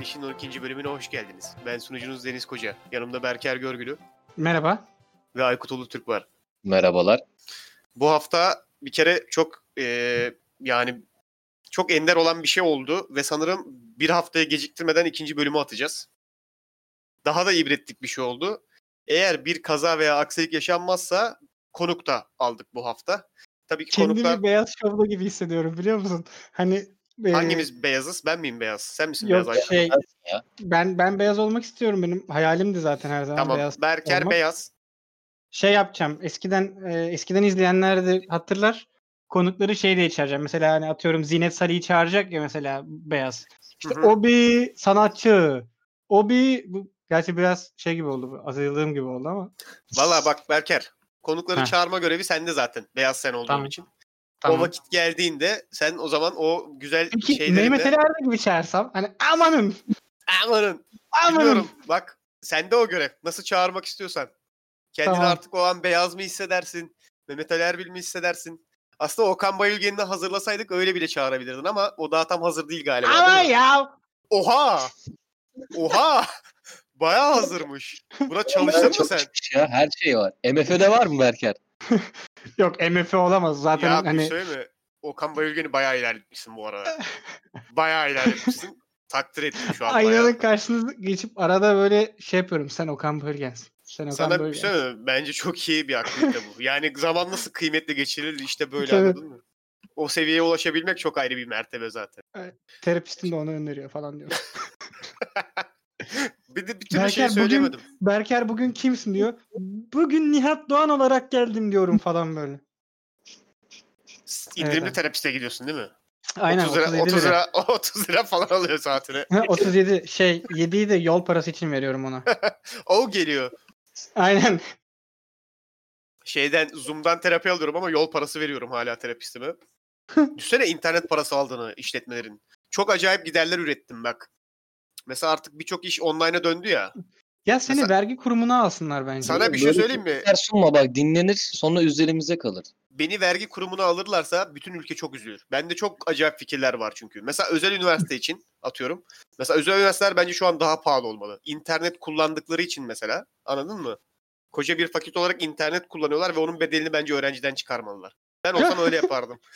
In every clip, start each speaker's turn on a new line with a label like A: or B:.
A: Eşin 12. bölümüne hoş geldiniz. Ben sunucunuz Deniz Koca. Yanımda Berker Görgülü
B: Merhaba.
A: ve Aykut Ulu Türk var.
C: Merhabalar.
A: Bu hafta bir kere çok eee, yani çok ender olan bir şey oldu ve sanırım bir haftaya geciktirmeden ikinci bölümü atacağız. Daha da ibretlik bir şey oldu. Eğer bir kaza veya aksilik yaşanmazsa konuk da aldık bu hafta. Tabii ki
B: Kendimi
A: konuklar
B: beyaz şovda gibi hissediyorum biliyor musun? Hani e,
A: hangimiz beyazız? Ben miyim beyaz? Sen misin beyaz?
B: yok
A: Aykut?
B: şey
C: ya.
B: ben ben beyaz olmak istiyorum benim hayalimdi zaten her zaman
A: Tamam.
B: beyaz.
A: Berker
B: olmak.
A: beyaz.
B: Şey yapacağım. Eskiden e, eskiden izleyenler de hatırlar. Konukları şey diye çağıracağım. Mesela hani atıyorum Zinet Salih'i çağıracak ya mesela beyaz. İşte
A: Hı hı.
B: o bir sanatçı. O bir bu gerçi biraz şey gibi oldu. bu, Azıldığım gibi oldu ama.
A: Valla bak Berker konukları
B: Heh.
A: çağırma görevi sende zaten. Beyaz sen olduğun
B: Tamam,
A: için.
B: Tamam.
A: O vakit geldiğinde sen o zaman o güzel
B: Peki
A: şeyleri
B: Mehmet Ali
A: de...
B: Erbil gibi çağırsam hani amanın
A: Amanın.
B: amanın
A: Bilmiyorum. Bak sende o görev. Nasıl çağırmak istiyorsan. Kendini
B: Tamam.
A: artık o an beyaz mı hissedersin? Mehmet Ali Erbil mi hissedersin? Aslında Okan Bayülgen'i de hazırlasaydık öyle bile çağırabilirdin ama o daha tam hazır değil galiba. değil
B: ama
A: mi?
B: ya
A: Oha! Oha! Bayağı hazırmış. Buna çalıştın mı
C: Çok
A: sen? E-
C: çıkmış ya, her şey var. MF'de var mı Berker?
B: Yok MF olamaz zaten
A: ya bir
B: hani
A: şey mi? Okan Bayülgen'i bayağı ilerletmişsin bu arada. bayağı ilerletmişsin. Takdir ettim şu an. bayağı.
B: aynanın karşınıza geçip arada böyle şey yapıyorum sen Okan Bölgensin. Sen Okan
A: Sana bir
B: Bölgensin.
A: şey söyleyeyim mi? Bence çok iyi bir aktivite bu. Yani zaman nasıl kıymetli geçirilir işte böyle
B: Tabii.
A: anladın mı? O seviyeye ulaşabilmek çok ayrı bir mertebe zaten.
B: Terapistin de onu öneriyor falan diyor.
A: Bir de bir türlü
B: Berker,
A: şey
B: bugün-
A: söyleyemedim.
B: Berker bugün kimsin diyor. Bugün Nihat Doğan olarak geldim diyorum falan böyle.
A: S- İndirimli
B: evet.
A: terapiste gidiyorsun değil mi?
B: Aynen
A: 30 lira,
B: 37
A: 30
B: lira.
A: lira, 30 lira falan alıyor saatine.
B: Ha, 37 şey 7'yi de yol parası için veriyorum ona.
A: O geliyor.
B: Aynen.
A: Şeyden Zoom'dan terapi alıyorum ama yol parası veriyorum hala terapistime. Düşsene internet parası aldığını işletmelerin. Çok acayip giderler ürettim bak. Mesela artık birçok iş online'a döndü ya.
B: Ya seni
A: Mesela-
B: vergi kurumuna alsınlar bence.
A: Sana bir şey
C: Böyle
A: söyleyeyim mi?
C: Berker sunma bak dinlenir sonra üzerimize kalır.
A: beni vergi kurumuna alırlarsa bütün ülke çok üzülür. Bende çok acayip fikirler var çünkü. Mesela özel üniversite için atıyorum. Mesela özel üniversiteler bence şu an daha pahalı olmalı. İnternet kullandıkları için mesela anladın mı? Koca bir fakülte olarak internet kullanıyorlar ve onun bedelini bence öğrenciden çıkarmalılar. Ben olsam öyle yapardım.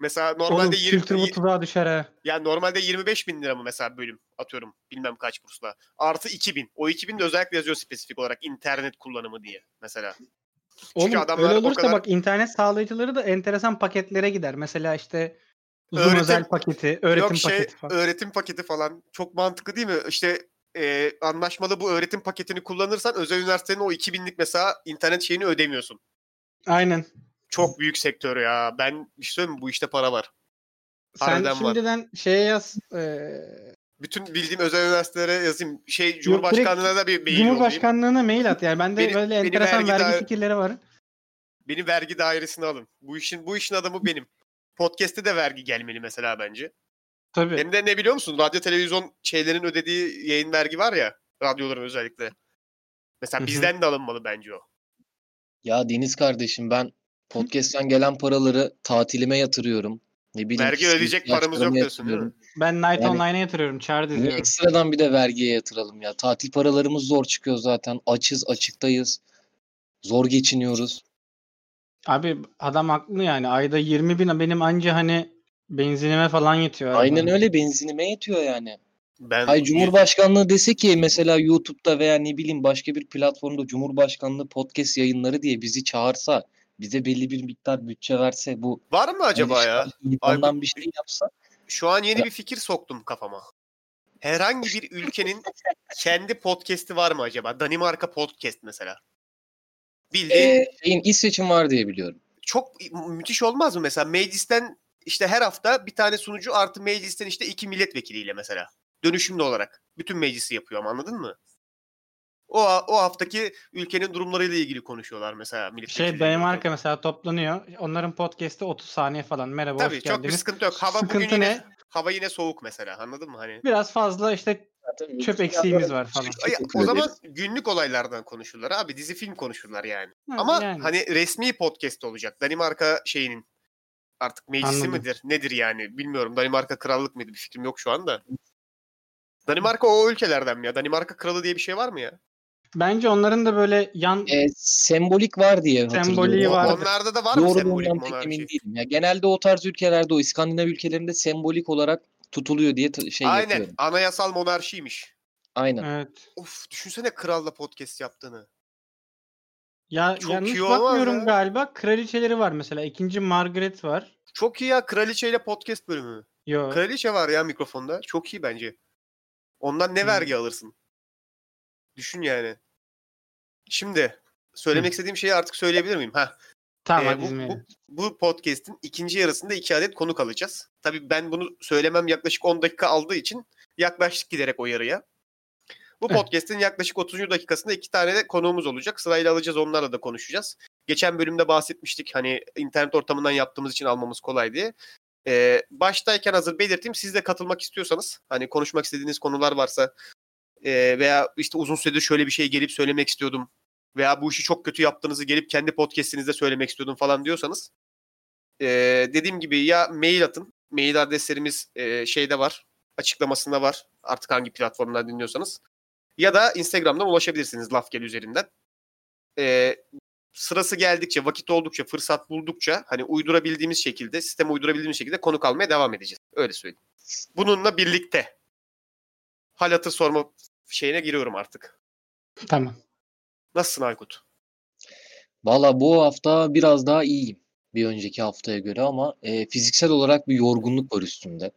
A: Mesela
B: Oğlum,
A: normalde
B: kültür
A: 20,
B: bu tuzağa düşer ha.
A: yani normalde 25 bin lira mı mesela bölüm atıyorum bilmem kaç bursla. Artı 2000. O 2000 de özellikle yazıyor spesifik olarak internet kullanımı diye mesela.
B: Oğlum
A: adamlar
B: öyle
A: o
B: olursa
A: kadar-
B: bak internet sağlayıcıları da enteresan paketlere gider. Mesela işte Zoom
A: Öğretim-
B: özel paketi, öğretim
A: Yok şey
B: paketi falan.
A: öğretim paketi falan çok mantıklı değil mi? İşte e, anlaşmalı bu öğretim paketini kullanırsan özel üniversitenin o 2000'lik mesela internet şeyini ödemiyorsun.
B: Aynen.
A: Çok büyük sektör ya. Ben bir şey söyleyeyim mi? Bu işte para var.
B: Sen
A: Harbiden var.
B: şimdiden şeye yaz. e, eee
A: Bütün bildiğim özel üniversitelere yazayım. Şey
B: direkt
A: Cumhurbaşkanlığına da bir mail yollayayım.
B: Cumhurbaşkanlığına mail at. Yani bende
A: Beni-
B: böyle
A: beni
B: enteresan
A: vergi
B: vergi
A: daire-
B: fikirleri var.
A: Beni vergi dairesine alın. Bu işin bu işin adamı benim. Podcast'te de vergi gelmeli mesela bence.
B: Tabii.
A: Hem de ne biliyor musun? Radyo televizyon şeylerin ödediği yayın vergi var ya. Radyoların özellikle.
B: Hı
A: Mesela
B: hı.
A: bizden de alınmalı bence o.
C: Ya Deniz kardeşim ben podcast'ten gelen paraları tatilime yatırıyorum. Ne bileyim
A: Vergi
C: kişisel
A: ödeyecek paramız yok
C: ihtiyaçlarıma
A: diyorsun değil mi?
C: yatırıyorum.
B: Ben Night
C: Yani-
B: Online'a yatırıyorum. Çağrı
C: Niye
B: diziyorum.
C: ekstradan bir de vergiye yatıralım ya. Tatil paralarımız zor çıkıyor zaten. Açız, açıktayız. Zor geçiniyoruz.
B: Abi adam haklı yani. Ayda 20 bin benim anca hani benzinime falan yetiyor. abi.
C: Aynen öyle benzinime yetiyor yani.
A: Ben
C: Ay Cumhurbaşkanlığı dese ki mesela YouTube'da veya ne bileyim başka bir platformda Cumhurbaşkanlığı podcast yayınları diye bizi çağırsa, bize belli bir miktar bütçe verse bu
A: var mı acaba ya?
C: ondan
A: Aykut-
C: bir şey yapsa
A: Şu an yeni bir fikir soktum kafama. Herhangi bir ülkenin kendi podcast'i var mı acaba? Danimarka podcast mesela. Bildiğin
C: e, şeyin İsveç'in var diye biliyorum.
A: çok müthiş olmaz mı mesela? Meclisten işte her hafta bir tane sunucu artı meclisten işte iki milletvekiliyle mesela. Dönüşümlü olarak. Bütün meclisi yapıyor ama anladın mı? O, o haftaki ülkenin durumlarıyla ilgili konuşuyorlar mesela.
B: Şey
A: milletvekilleri.
B: Danimarka mesela toplanıyor. Onların podcast'i 30 saniye falan. Merhaba
A: Tabii
B: hoş
A: çok bir
B: geldiniz.
A: sıkıntı yok. Hava
B: Sıkıntı
A: bugün
B: ne?
A: yine, hava yine soğuk mesela anladın mı? Hani
B: Biraz fazla işte çöp eksiğimiz var falan.
A: Ay,
C: Teşekkür
A: o zaman günlük olaylardan konuşurlar abi. Dizi film konuşurlar yani.
B: Ha,
A: Ama
B: yani.
A: hani resmi podcast olacak. Danimarka şeyinin artık meclisi
B: Anladım.
A: midir? Nedir yani? Bilmiyorum. Danimarka krallık mıydı? Bir fikrim yok şu anda. Danimarka o ülkelerden mi ya? Danimarka kralı diye bir şey var mı ya?
B: Bence onların da böyle yan
C: E, sembolik var diye hatırlıyorum.
B: Semboliği
C: Ama
B: vardı.
A: Onlarda da var mı
C: Doğru
A: sembolik şey?
C: bundan
A: monarşi?
C: pek emin değilim. Ya, genelde o tarz ülkelerde o İskandinav ülkelerinde sembolik olarak tutuluyor diye t- şey
A: Aynen.
C: yapıyorum.
A: Anayasal monarşiymiş.
C: Aynen.
B: evet.
A: Of düşünsene kralla podcast yaptığını.
B: Ya
A: Çok
B: yanlış
A: iyi olmaz
B: bakmıyorum
A: ya.
B: galiba. Kraliçeleri var mesela. İkinci Margaret var.
A: Çok iyi ya kraliçeyle podcast bölümü.
B: Yo.
A: Kraliçe var ya mikrofonda. Çok iyi bence. Ondan ne
B: Hı.
A: vergi alırsın? Düşün yani. Şimdi söylemek
B: Hı.
A: istediğim şeyi artık söyleyebilir miyim? Ha.
B: tamam
A: Ee,
B: hadi
A: bu-
B: izin verin.
A: Bu podcast'in ikinci yarısında iki adet konuk alacağız. Tabii ben bunu söylemem yaklaşık 10 dakika aldığı için yaklaştık giderek o yarıya. Bu
B: Evet.
A: podcast'in yaklaşık 30. dakikasında iki tane de konuğumuz olacak. Sırayla alacağız onlarla da konuşacağız. Geçen bölümde bahsetmiştik hani internet ortamından yaptığımız için almamız kolay diye. Ee, baştayken hazır belirteyim. Siz de katılmak istiyorsanız hani konuşmak istediğiniz konular varsa e, veya işte uzun süredir şöyle bir şey gelip söylemek istiyordum veya bu işi çok kötü yaptığınızı gelip kendi podcast'inizde söylemek istiyordum falan diyorsanız e, dediğim gibi ya mail atın. Mail adreslerimiz e, şeyde var. Açıklamasında var. Artık hangi platformdan dinliyorsanız. Ya da Instagram'dan ulaşabilirsiniz laf gel üzerinden. E, sırası geldikçe, vakit oldukça, fırsat buldukça hani uydurabildiğimiz şekilde, sisteme uydurabildiğimiz şekilde konuk almaya devam edeceğiz. Öyle söyleyeyim. Bununla birlikte hal hatır sorma şeyine giriyorum artık.
B: Tamam.
A: Nasılsın Aykut?
C: Valla bu hafta biraz daha iyiyim bir önceki haftaya göre ama e, fiziksel olarak bir yorgunluk var üstümde.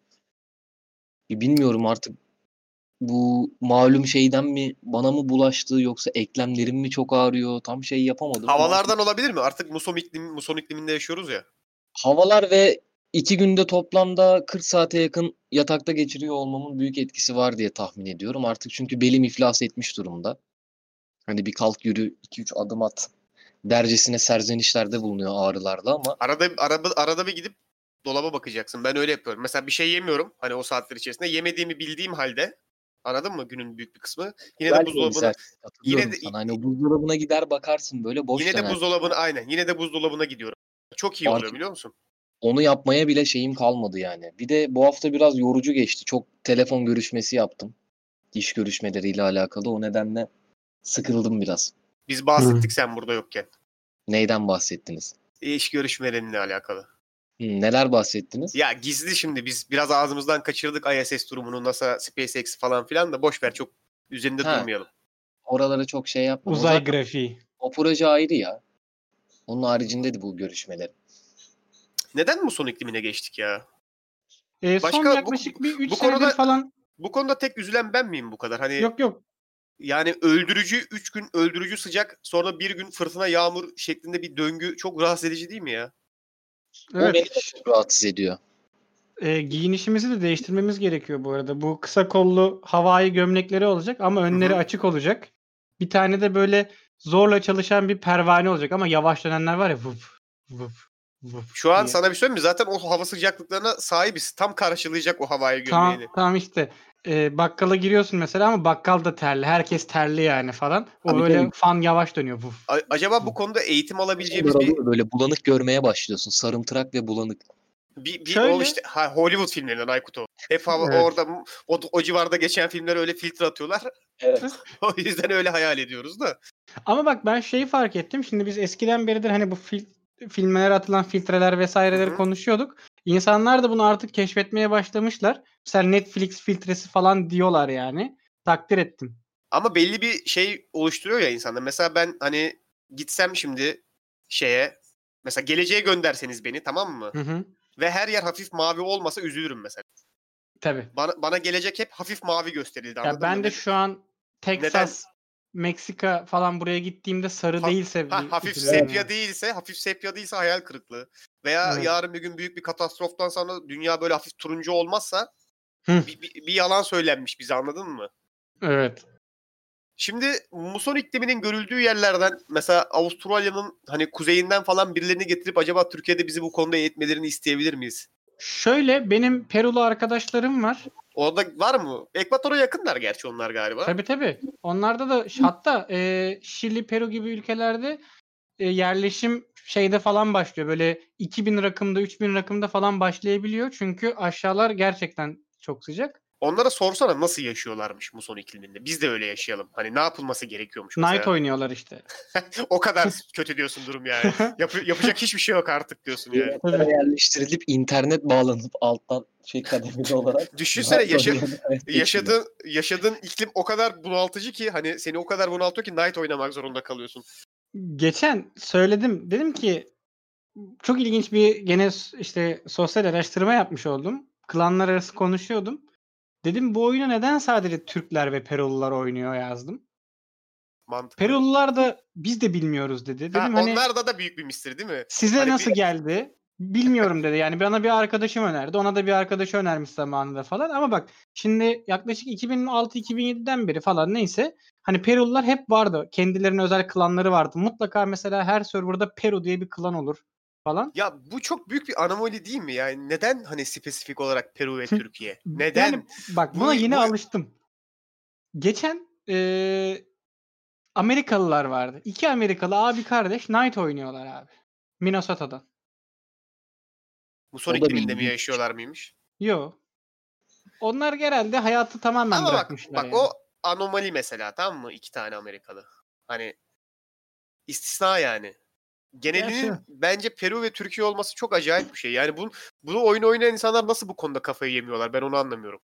C: Bir Bilmiyorum artık bu malum şeyden mi bana mı bulaştı yoksa eklemlerim mi çok ağrıyor tam şey yapamadım. ama
A: Havalardan olabilir mi? Artık muson, iklim, muson ikliminde yaşıyoruz ya.
C: havalar ve iki günde toplamda 40 saate yakın yatakta geçiriyor olmamın büyük etkisi var diye tahmin ediyorum. Artık çünkü belim iflas etmiş durumda. Hani bir kalk yürü 2-3 adım at dercesine serzenişlerde bulunuyor ağrılarla ama
A: Arada araba arada bir gidip dolaba bakacaksın. Ben öyle yapıyorum. Mesela bir şey yemiyorum hani o saatler içerisinde yemediğimi bildiğim halde anladın mı günün büyük bir kısmı yine de
C: Belki
A: buzdolabına
C: güzel. şey. Katılıyorum
A: yine de-
C: sana. Hani o buzdolabına gider bakarsın böyle boş
A: yine de
C: döner.
A: buzdolabına aynen yine de buzdolabına gidiyorum. Çok iyi
C: Fark
A: oluyor
C: et-
A: biliyor musun?
C: Onu yapmaya bile şeyim kalmadı yani. Bir de bu hafta biraz yorucu geçti. Çok telefon görüşmesi yaptım. İş görüşmeleriyle alakalı. O nedenle sıkıldım biraz.
A: Biz bahsettik sen burada yokken.
C: Neyden bahsettiniz?
A: İş görüşmelerinle alakalı.
C: Hı, neler bahsettiniz?
A: Ya gizli şimdi biz biraz ağzımızdan kaçırdık ISS durumunu NASA SpaceX falan filan da boş ver çok üzerinde
C: Ha.
A: durmayalım.
C: Oralara çok şey yapma. O
B: Uzay
C: zaten-
B: grafiği.
C: O proje ayrı ya. Onun haricinde de bu görüşmeler.
A: Neden muson iklimine geçtik ya?
B: Ee, son
A: Başka bu-
B: yaklaşık bir 3
A: bu
B: senedir
A: konuda-
B: falan.
A: Bu konuda tek üzülen ben miyim bu kadar? Hani
B: Yok yok.
A: Yani öldürücü 3 gün öldürücü sıcak sonra bir gün fırtına yağmur şeklinde bir döngü çok rahatsız edici değil mi ya?
C: O beni
B: Evet.
C: de çok rahatsız ediyor.
B: Ee, giyinişimizi de değiştirmemiz gerekiyor bu arada. Bu kısa kollu havai gömlekleri olacak ama önleri
A: hı.
B: açık olacak. Bir tane de böyle zorla çalışan bir pervane olacak ama yavaş dönenler var ya vuf vuf vuf.
A: Şu an
B: diye.
A: sana bir söyleyeyim mi? Zaten o hava sıcaklıklarına sahibiz. Tam karşılayacak o havayı
B: Tamam,
A: gömleğini.
B: tamam işte. Ee, bakkala giriyorsun mesela ama bakkal da terli. Herkes terli yani falan. O
C: Tabii
B: böyle
C: tabii.
B: fan yavaş dönüyor. Vuf.
A: A- acaba bu konuda eğitim alabileceğimiz bir,
C: Daralıyor, Böyle bulanık görmeye başlıyorsun. Sarımtırak ve bulanık.
A: bir, bir
B: Şöyle-
A: o işte ha, Hollywood filmlerinden Aykut o. Hep hava
B: Evet.
A: orada o, o civarda geçen filmlere öyle filtre atıyorlar.
C: Evet.
A: o yüzden öyle hayal ediyoruz da.
B: Ama bak ben şeyi fark ettim. Şimdi biz eskiden beridir hani bu fil, filmlere atılan filtreler vesaireleri
A: Hı hı.
B: konuşuyorduk. İnsanlar da bunu artık keşfetmeye başlamışlar. Mesela Netflix filtresi falan diyorlar yani. Takdir ettim.
A: Ama belli bir şey oluşturuyor ya insanda. Mesela ben hani gitsem şimdi şeye mesela geleceğe gönderseniz beni tamam mı?
B: Hı hı.
A: ve her yer hafif mavi olmasa üzülürüm mesela.
B: Tabii.
A: Bana, bana gelecek hep hafif mavi gösterildi.
B: Ya
A: anladın
B: ben
A: mı? Hani
B: de şu an Texas, Meksika falan buraya gittiğimde sarı
A: Ha-
B: değilse
A: ha,
B: bir-
A: hafif
B: üzülüyorum
A: sepya
B: yani.
A: değilse, hafif sepya değilse hayal kırıklığı. Veya
B: Evet.
A: yarın bir gün büyük bir katastroftan sonra dünya böyle hafif turuncu olmazsa
B: Hı.
A: bir, bir- bir yalan söylenmiş bize anladın mı?
B: Evet.
A: Şimdi muson ikliminin görüldüğü yerlerden mesela Avustralya'nın hani kuzeyinden falan birilerini getirip acaba Türkiye'de bizi bu konuda eğitmelerini isteyebilir miyiz?
B: Şöyle benim Perulu arkadaşlarım var.
A: Orada var mı? Ekvator'a yakınlar gerçi onlar galiba.
B: Tabii tabii. Onlarda da ş- hatta e, Şili, Peru gibi ülkelerde e, yerleşim şeyde falan başlıyor. Böyle 2000 rakımda, 3000 rakımda falan başlayabiliyor. Çünkü aşağılar gerçekten çok sıcak.
A: Onlara sorsana nasıl yaşıyorlarmış bu son ikliminde. Biz de öyle yaşayalım. Hani ne yapılması gerekiyormuş.
B: Knight
A: mesela.
B: oynuyorlar işte.
A: O kadar kötü diyorsun durum yani. Yap- yapacak hiçbir şey yok artık diyorsun yani.
C: Yönetmene yerleştirilip internet bağlanıp alttan şey kademeli olarak.
A: Düşünsene yaşa-
C: yaşadı.
A: yaşadığın, yaşadığın iklim o kadar bunaltıcı ki hani seni o kadar bunaltıyor ki Knight oynamak zorunda kalıyorsun.
B: Geçen söyledim. Dedim ki çok ilginç bir gene s- işte sosyal araştırma yapmış oldum. Klanlar arası konuşuyordum. Dedim bu oyunu neden sadece Türkler ve Perulular oynuyor yazdım.
A: Mantıklı.
B: Perulular da biz de bilmiyoruz dedi. Dedim
A: Ha,
B: hani
A: Onlarda da büyük bir mistir değil mi?
B: size
A: hani
B: nasıl
A: bir-
B: geldi? Bilmiyorum dedi. Yani bana bir arkadaşım önerdi. Ona da bir arkadaşı önermiş zamanında falan. Ama bak şimdi yaklaşık 2006-2007'den beri falan neyse. Hani Perulular hep vardı. Kendilerine özel klanları vardı. Mutlaka mesela her serverda Peru diye bir klan olur falan.
A: Ya bu çok büyük bir anomali değil mi? Yani neden hani spesifik olarak Peru ve
B: Hı.
A: Türkiye? Neden?
B: Yani bak
A: Bu-
B: buna yine
A: bu-
B: alıştım. Geçen eee, Amerikalılar vardı. İki Amerikalı abi kardeş Knight oynuyorlar abi. Minnesota'dan.
A: bu son
C: O da
A: ikliminde mi
C: bildiğin-
A: yaşıyorlar mıymış?
B: Yo. Onlar genelde hayatı tamamen
A: Ama bak,
B: bırakmışlar.
A: bak
B: yani.
A: o anomali mesela tamam mı? İki tane Amerikalı. Hani istisna yani. Genelinin
B: Gerçi-
A: bence Peru ve Türkiye olması çok acayip bir şey. Yani bunu, bunu oyun oynayan insanlar nasıl bu konuda kafayı yemiyorlar? Ben onu anlamıyorum.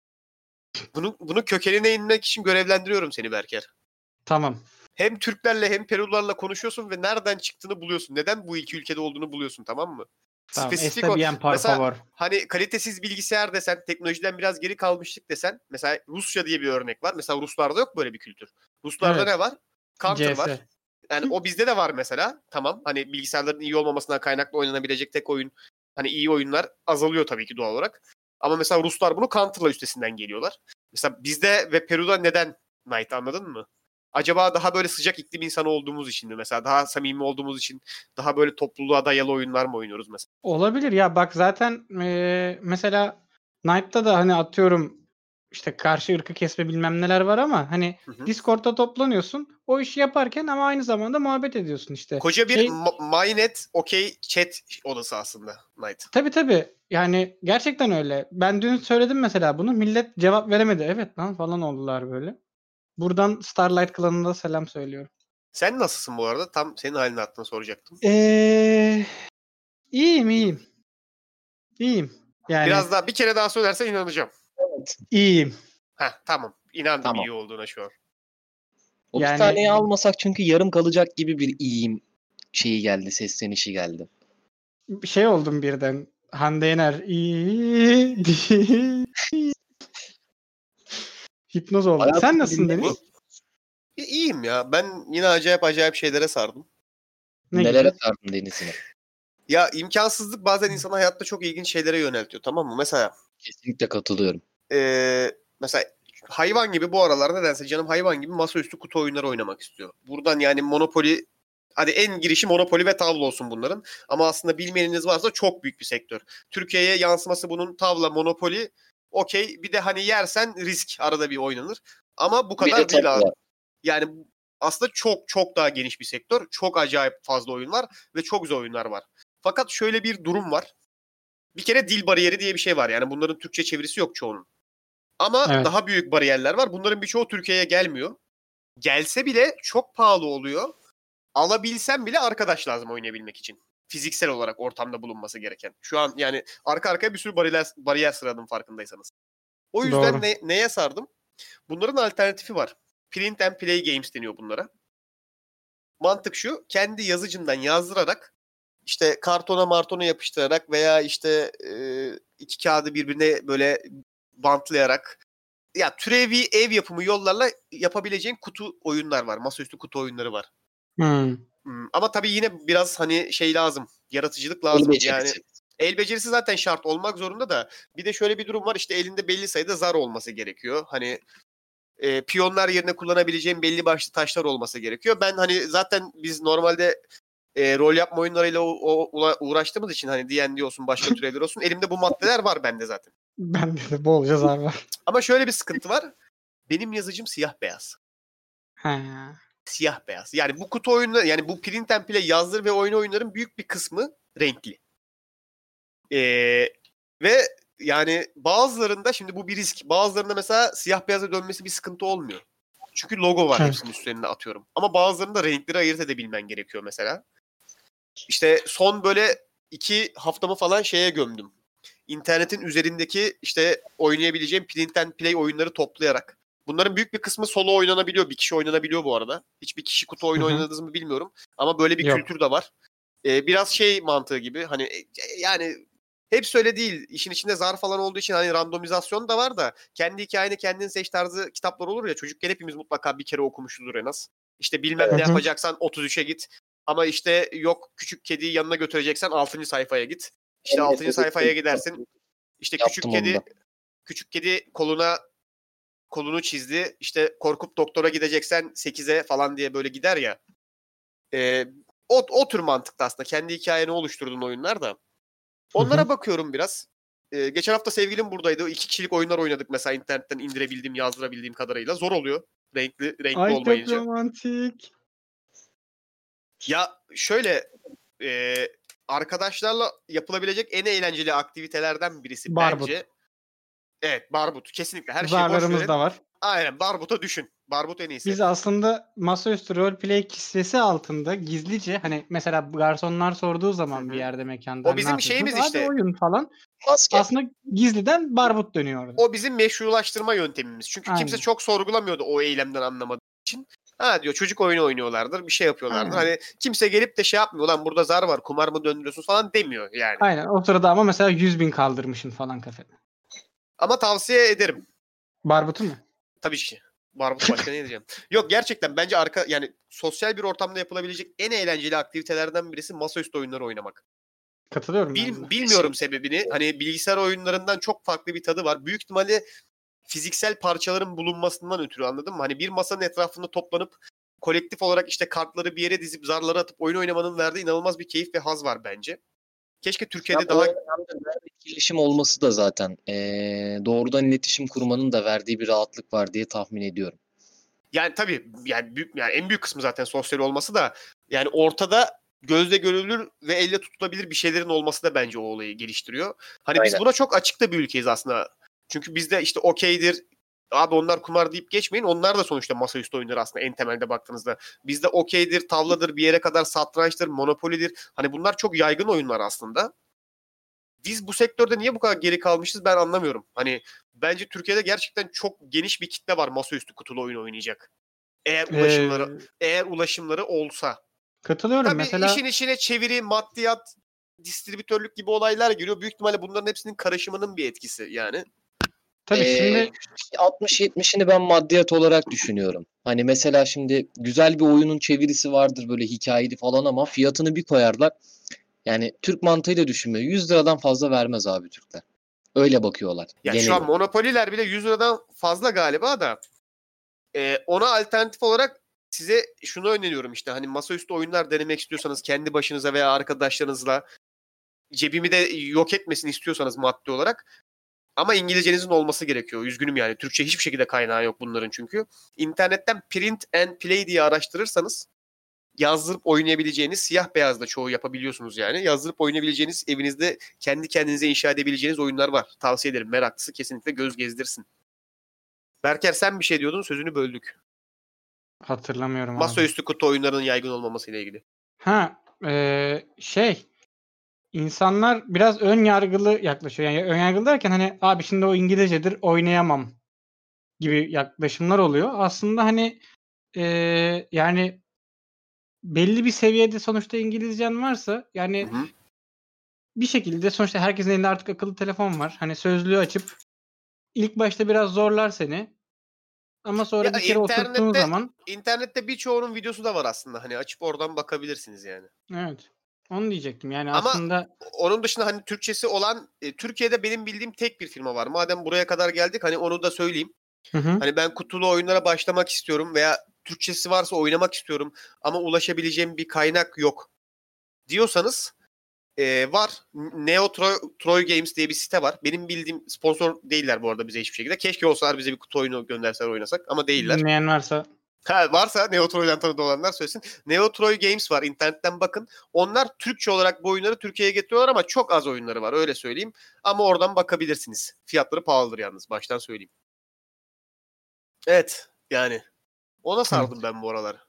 A: Bunu, bunu kökenine inmek için görevlendiriyorum seni Berker.
B: Tamam.
A: Hem Türklerle hem Perularla konuşuyorsun ve nereden çıktığını buluyorsun. Neden bu iki ülkede olduğunu buluyorsun tamam mı?
B: Tamam.
A: Spesifik
B: Esta
A: o-
B: bien, por
A: Mesela-
B: favor.
A: hani kalitesiz bilgisayar desen, teknolojiden biraz geri kalmışlık desen, mesela Rusya diye bir örnek var. Mesela Ruslarda yok böyle bir kültür. Ruslarda
B: Evet.
A: ne var? Counter
B: CS.
A: var. Yani o bizde de var mesela. Tamam hani bilgisayarların iyi olmamasından kaynaklı oynanabilecek tek oyun hani iyi oyunlar azalıyor tabii ki doğal olarak. Ama mesela Ruslar bunu Counter'la üstesinden geliyorlar. Mesela bizde ve Peru'da neden Knight anladın mı? Acaba daha böyle sıcak iklim insanı olduğumuz için mi? Mesela daha samimi olduğumuz için daha böyle topluluğa dayalı oyunlar mı oynuyoruz mesela?
B: Olabilir ya bak zaten eee, mesela Knight'ta da hani atıyorum işte karşı ırkı kesme bilmem neler var ama hani
A: Hı hı.
B: Discord'da toplanıyorsun. O işi yaparken ama aynı zamanda muhabbet ediyorsun işte.
A: Koca bir
B: Şey-
A: ma- MyNet okey chat odası aslında Knight.
B: Tabii tabii. Yani gerçekten öyle. Ben dün söyledim mesela bunu. Millet cevap veremedi. Evet lan falan oldular böyle. Buradan Starlight klanına selam söylüyorum.
A: Sen nasılsın bu arada? Tam senin halini attığını soracaktım.
B: Eee iyiyim iyiyim. İyiyim. Yani
A: Biraz daha bir kere daha söylersen inanacağım.
B: iyiyim.
A: Heh, tamam. İnandım
C: Tamam.
A: iyi olduğuna şu an.
C: O
B: Yani-
C: bir taneyi almasak çünkü yarım kalacak gibi bir iyiyim şeyi geldi, seslenişi geldi.
B: Şey oldum birden. Hande Yener. iyi değil. Hipnoz oldum.
C: Hayatım
B: Sen nasılsın
C: dinle-
B: Deniz?
A: İ- İyiyim ya. Ben yine acayip acayip şeylere sardım.
B: Ne
C: Neler
B: gibi?
C: atardım denizine.
A: Ya imkansızlık bazen insanı hayatta çok ilginç şeylere yöneltiyor tamam mı? Mesela
C: Kesinlikle katılıyorum.
A: eee, mesela hayvan gibi bu aralar nedense canım hayvan gibi masaüstü kutu oyunları oynamak istiyor. Buradan yani Monopoly hadi en girişi Monopoly ve tavla olsun bunların. Ama aslında bilmeyeniniz varsa çok büyük bir sektör. Türkiye'ye yansıması bunun tavla, Monopoly okey bir de hani yersen risk arada bir oynanır. Ama bu
C: Bir
A: kadar
C: de
A: değil
C: tatlı.
A: abi. Yani aslında çok çok daha geniş bir sektör. Çok acayip fazla oyun var ve çok güzel oyunlar var. Fakat şöyle bir durum var. Bir kere dil bariyeri diye bir şey var. Yani bunların Türkçe çevirisi yok çoğunun. Ama
B: Evet.
A: daha büyük bariyerler var. Bunların birçoğu Türkiye'ye gelmiyor. Gelse bile çok pahalı oluyor. Alabilsem bile arkadaş lazım oynayabilmek için. Fiziksel olarak ortamda bulunması gereken. Şu an yani arka arkaya bir sürü bariyer, bariyer sıraladım farkındaysanız. O
B: Doğru.
A: yüzden ne- neye sardım? Bunların alternatifi var. Print and Play Games deniyor bunlara. Mantık şu. Kendi yazıcından yazdırarak işte kartona martona yapıştırarak veya işte e, iki kağıdı birbirine böyle bantlayarak ya türevi ev yapımı yollarla yapabileceğin kutu oyunlar var. Masaüstü kutu oyunları var.
B: Hmm.
A: Hmm, Ama tabii yine biraz hani şey lazım. Yaratıcılık lazım.
C: El becerisi.
A: Yani el becerisi zaten şart olmak zorunda da bir de şöyle bir durum var işte elinde belli sayıda zar olması gerekiyor. Hani e, piyonlar yerine kullanabileceğin belli başlı taşlar olması gerekiyor. Ben hani zaten biz normalde e, rol yapma oyunlarıyla o, o- ula- uğraştığımız için hani D&D olsun başka türevler olsun elimde bu maddeler var bende zaten.
B: Bende de bolca zar var.
A: Ama şöyle bir sıkıntı var. Benim yazıcım siyah beyaz.
B: Ha.
A: Siyah beyaz. Yani bu kutu oyunları yani bu print and play yazdır ve oyun oyunların büyük bir kısmı renkli. Ee, ve yani bazılarında şimdi bu bir risk. Bazılarında mesela siyah beyaza dönmesi bir sıkıntı olmuyor. Çünkü logo var
B: Evet.
A: hepsinin üstlerine atıyorum. Ama bazılarında renkleri ayırt edebilmen gerekiyor mesela. İşte son böyle iki haftamı falan şeye gömdüm. İnternetin üzerindeki işte oynayabileceğim print and play oyunları toplayarak. Bunların büyük bir kısmı solo oynanabiliyor. Bir kişi oynanabiliyor bu arada. Hiçbir kişi kutu oyunu
B: Hı hı.
A: oynadınız mı bilmiyorum. Ama böyle bir
B: Yok.
A: kültür de var. Ee, biraz şey mantığı gibi hani e, yani hepsi öyle değil. İşin içinde zar falan olduğu için hani randomizasyon da var da kendi hikayeni kendin seç tarzı kitaplar olur ya çocukken hepimiz mutlaka bir kere okumuşuzdur en az. İşte bilmem
B: Hı
A: ne
B: hı.
A: yapacaksan 33'e git. Ama işte yok küçük kediyi yanına götüreceksen 6. sayfaya git. İşte
C: En
A: 6.
C: nefret
A: sayfaya
C: ettiğim
A: gidersin. İşte küçük
C: Yaptım onu
A: kedi
C: da.
A: küçük kedi koluna kolunu çizdi. İşte korkup doktora gideceksen 8'e falan diye böyle gider ya. Ee, o, o tür mantıklı aslında. Kendi hikayeni oluşturduğun oyunlar da. Onlara bakıyorum biraz. Ee, geçen hafta sevgilim buradaydı. İki kişilik oyunlar oynadık mesela internetten indirebildiğim, yazdırabildiğim kadarıyla. Zor oluyor. Renkli, renkli
B: Ay çok
A: olmayınca.
B: romantik.
A: Ya şöyle e, arkadaşlarla yapılabilecek en eğlenceli aktivitelerden birisi
B: Barbut.
A: bence. Evet, barbut. Kesinlikle. Her şeyi boş
B: Zarlarımız
A: verin.
B: da var.
A: Aynen barbuta düşün. Barbut en iyisi.
B: Biz aslında masaüstü roleplay kisvesi altında gizlice hani mesela garsonlar sorduğu zaman
A: Hı
B: bir
A: hı.
B: yerde mekanda hani
A: O
B: "Ne
A: bizim
B: yapıyorsunuz?"
A: şeyimiz
B: "Abi
A: işte."
B: oyun falan.
C: Maske.
B: Aslında gizliden barbut dönüyor orada.
A: O bizim meşrulaştırma yöntemimiz. Çünkü kimse
B: Aynen.
A: çok sorgulamıyordu o eylemden anlamadığı için. Ha diyor çocuk oyunu oynuyorlardır, bir şey yapıyorlardır.
B: Aynen.
A: Hani kimse gelip de şey yapmıyor lan burada zar var, kumar mı döndürüyorsun falan demiyor yani.
B: Aynen o sırada ama mesela 100 bin kaldırmışın falan kafede.
A: Ama tavsiye ederim.
B: Barbutu mu?
A: Tabii ki. Barbut başka ne diyeceğim? Yok gerçekten bence arka yani sosyal bir ortamda yapılabilecek en eğlenceli aktivitelerden birisi masaüstü oyunları oynamak.
B: Katılıyorum
A: Bil-
B: ben de.
A: bilmiyorum sebebini. Hani bilgisayar oyunlarından çok farklı bir tadı var. Büyük ihtimalle fiziksel parçaların bulunmasından ötürü anladın mı? Hani bir masanın etrafında toplanıp kolektif olarak işte kartları bir yere dizip zarları atıp oyun oynamanın verdiği inanılmaz bir keyif ve haz var bence. Keşke Türkiye'de
C: Hem
A: daha
C: o- hem de böyle etkileşim olması da zaten eee, doğrudan iletişim kurmanın da verdiği bir rahatlık var diye tahmin ediyorum.
A: yani tabii yani, büyük, yani en büyük kısmı zaten sosyal olması da yani ortada gözle görülür ve elle tutulabilir bir şeylerin olması da bence o olayı geliştiriyor. Hani biz
C: Aynen.
A: buna çok açıkta bir ülkeyiz aslında. Çünkü bizde işte okeydir, abi onlar kumar deyip geçmeyin. Onlar da sonuçta masaüstü oyunları aslında en temelde baktığınızda. Bizde okeydir, tavladır, bir yere kadar satrançtır, monopolidir. Hani bunlar çok yaygın oyunlar aslında. Biz bu sektörde niye bu kadar geri kalmışız ben anlamıyorum. Hani bence Türkiye'de gerçekten çok geniş bir kitle var masaüstü kutulu oyun oynayacak. Eğer ulaşımları
B: Ee,
A: eğer ulaşımları olsa.
B: katılıyorum
A: Tabii
B: mesela.
A: işin içine çeviri, maddiyat, distribütörlük gibi olaylar giriyor. Büyük ihtimalle bunların hepsinin karışımının bir etkisi yani.
B: Tabii
C: Ee,
B: şimdi
C: 60-70'ini ben maddiyat olarak düşünüyorum. Hani mesela şimdi güzel bir oyunun çevirisi vardır böyle hikayeli falan ama fiyatını bir koyarlar. Yani Türk mantığıyla düşünmüyor. 100 liradan fazla vermez abi Türkler. Öyle bakıyorlar
A: Ya
C: geneli.
A: şu an monopoliler bile 100 liradan fazla galiba da e, ona alternatif olarak size şunu öneriyorum işte hani masaüstü oyunlar denemek istiyorsanız kendi başınıza veya arkadaşlarınızla cebimi de yok etmesini istiyorsanız maddi olarak ama İngilizcenizin olması gerekiyor. Üzgünüm yani. Türkçe hiçbir şekilde kaynağı yok bunların çünkü. İnternetten print and play diye araştırırsanız yazdırıp oynayabileceğiniz siyah beyazda çoğu yapabiliyorsunuz yani. Yazdırıp oynayabileceğiniz evinizde kendi kendinize inşa edebileceğiniz oyunlar var. Tavsiye ederim. Meraklısı kesinlikle göz gezdirsin. Berker sen bir şey diyordun sözünü böldük.
B: hatırlamıyorum abi.
A: Masaüstü kutu oyunlarının yaygın olmaması ile ilgili.
B: Ha eee, şey insanlar biraz ön yargılı yaklaşıyor. Yani ön yargılı derken hani abi şimdi o İngilizcedir oynayamam gibi yaklaşımlar oluyor. Aslında hani eee, yani belli bir seviyede sonuçta İngilizcen varsa yani
A: Hı hı.
B: bir şekilde sonuçta herkesin elinde artık akıllı telefon var. Hani sözlüğü açıp ilk başta biraz zorlar seni. Ama sonra
A: Ya
B: bir kere oturttuğun
A: internette-
B: zaman
A: İnternette birçoğunun videosu da var aslında. Hani açıp oradan bakabilirsiniz yani.
B: evet. Onu diyecektim. Yani
A: Ama-
B: aslında
A: Onun dışında hani Türkçesi olan e, Türkiye'de benim bildiğim tek bir firma var. Madem buraya kadar geldik hani onu da söyleyeyim.
B: Hı hı.
A: Hani ben kutulu oyunlara başlamak istiyorum veya Türkçesi varsa oynamak istiyorum ama ulaşabileceğim bir kaynak yok diyorsanız eee, var. Neo Tro- Troy Games diye bir site var. Benim bildiğim sponsor değiller bu arada bize hiçbir şekilde. Keşke olsalar bize bir kutu oyunu gönderseler oynasak ama değiller.
B: dinleyen varsa
A: Ha, varsa Neotroy'dan tanıdığı olanlar söylesin. Neotroy Games var internetten bakın. Onlar Türkçe olarak bu oyunları Türkiye'ye getiriyorlar ama çok az oyunları var öyle söyleyeyim. Ama oradan bakabilirsiniz. Fiyatları pahalıdır yalnız baştan söyleyeyim. Evet yani ona sardım ben bu aralar.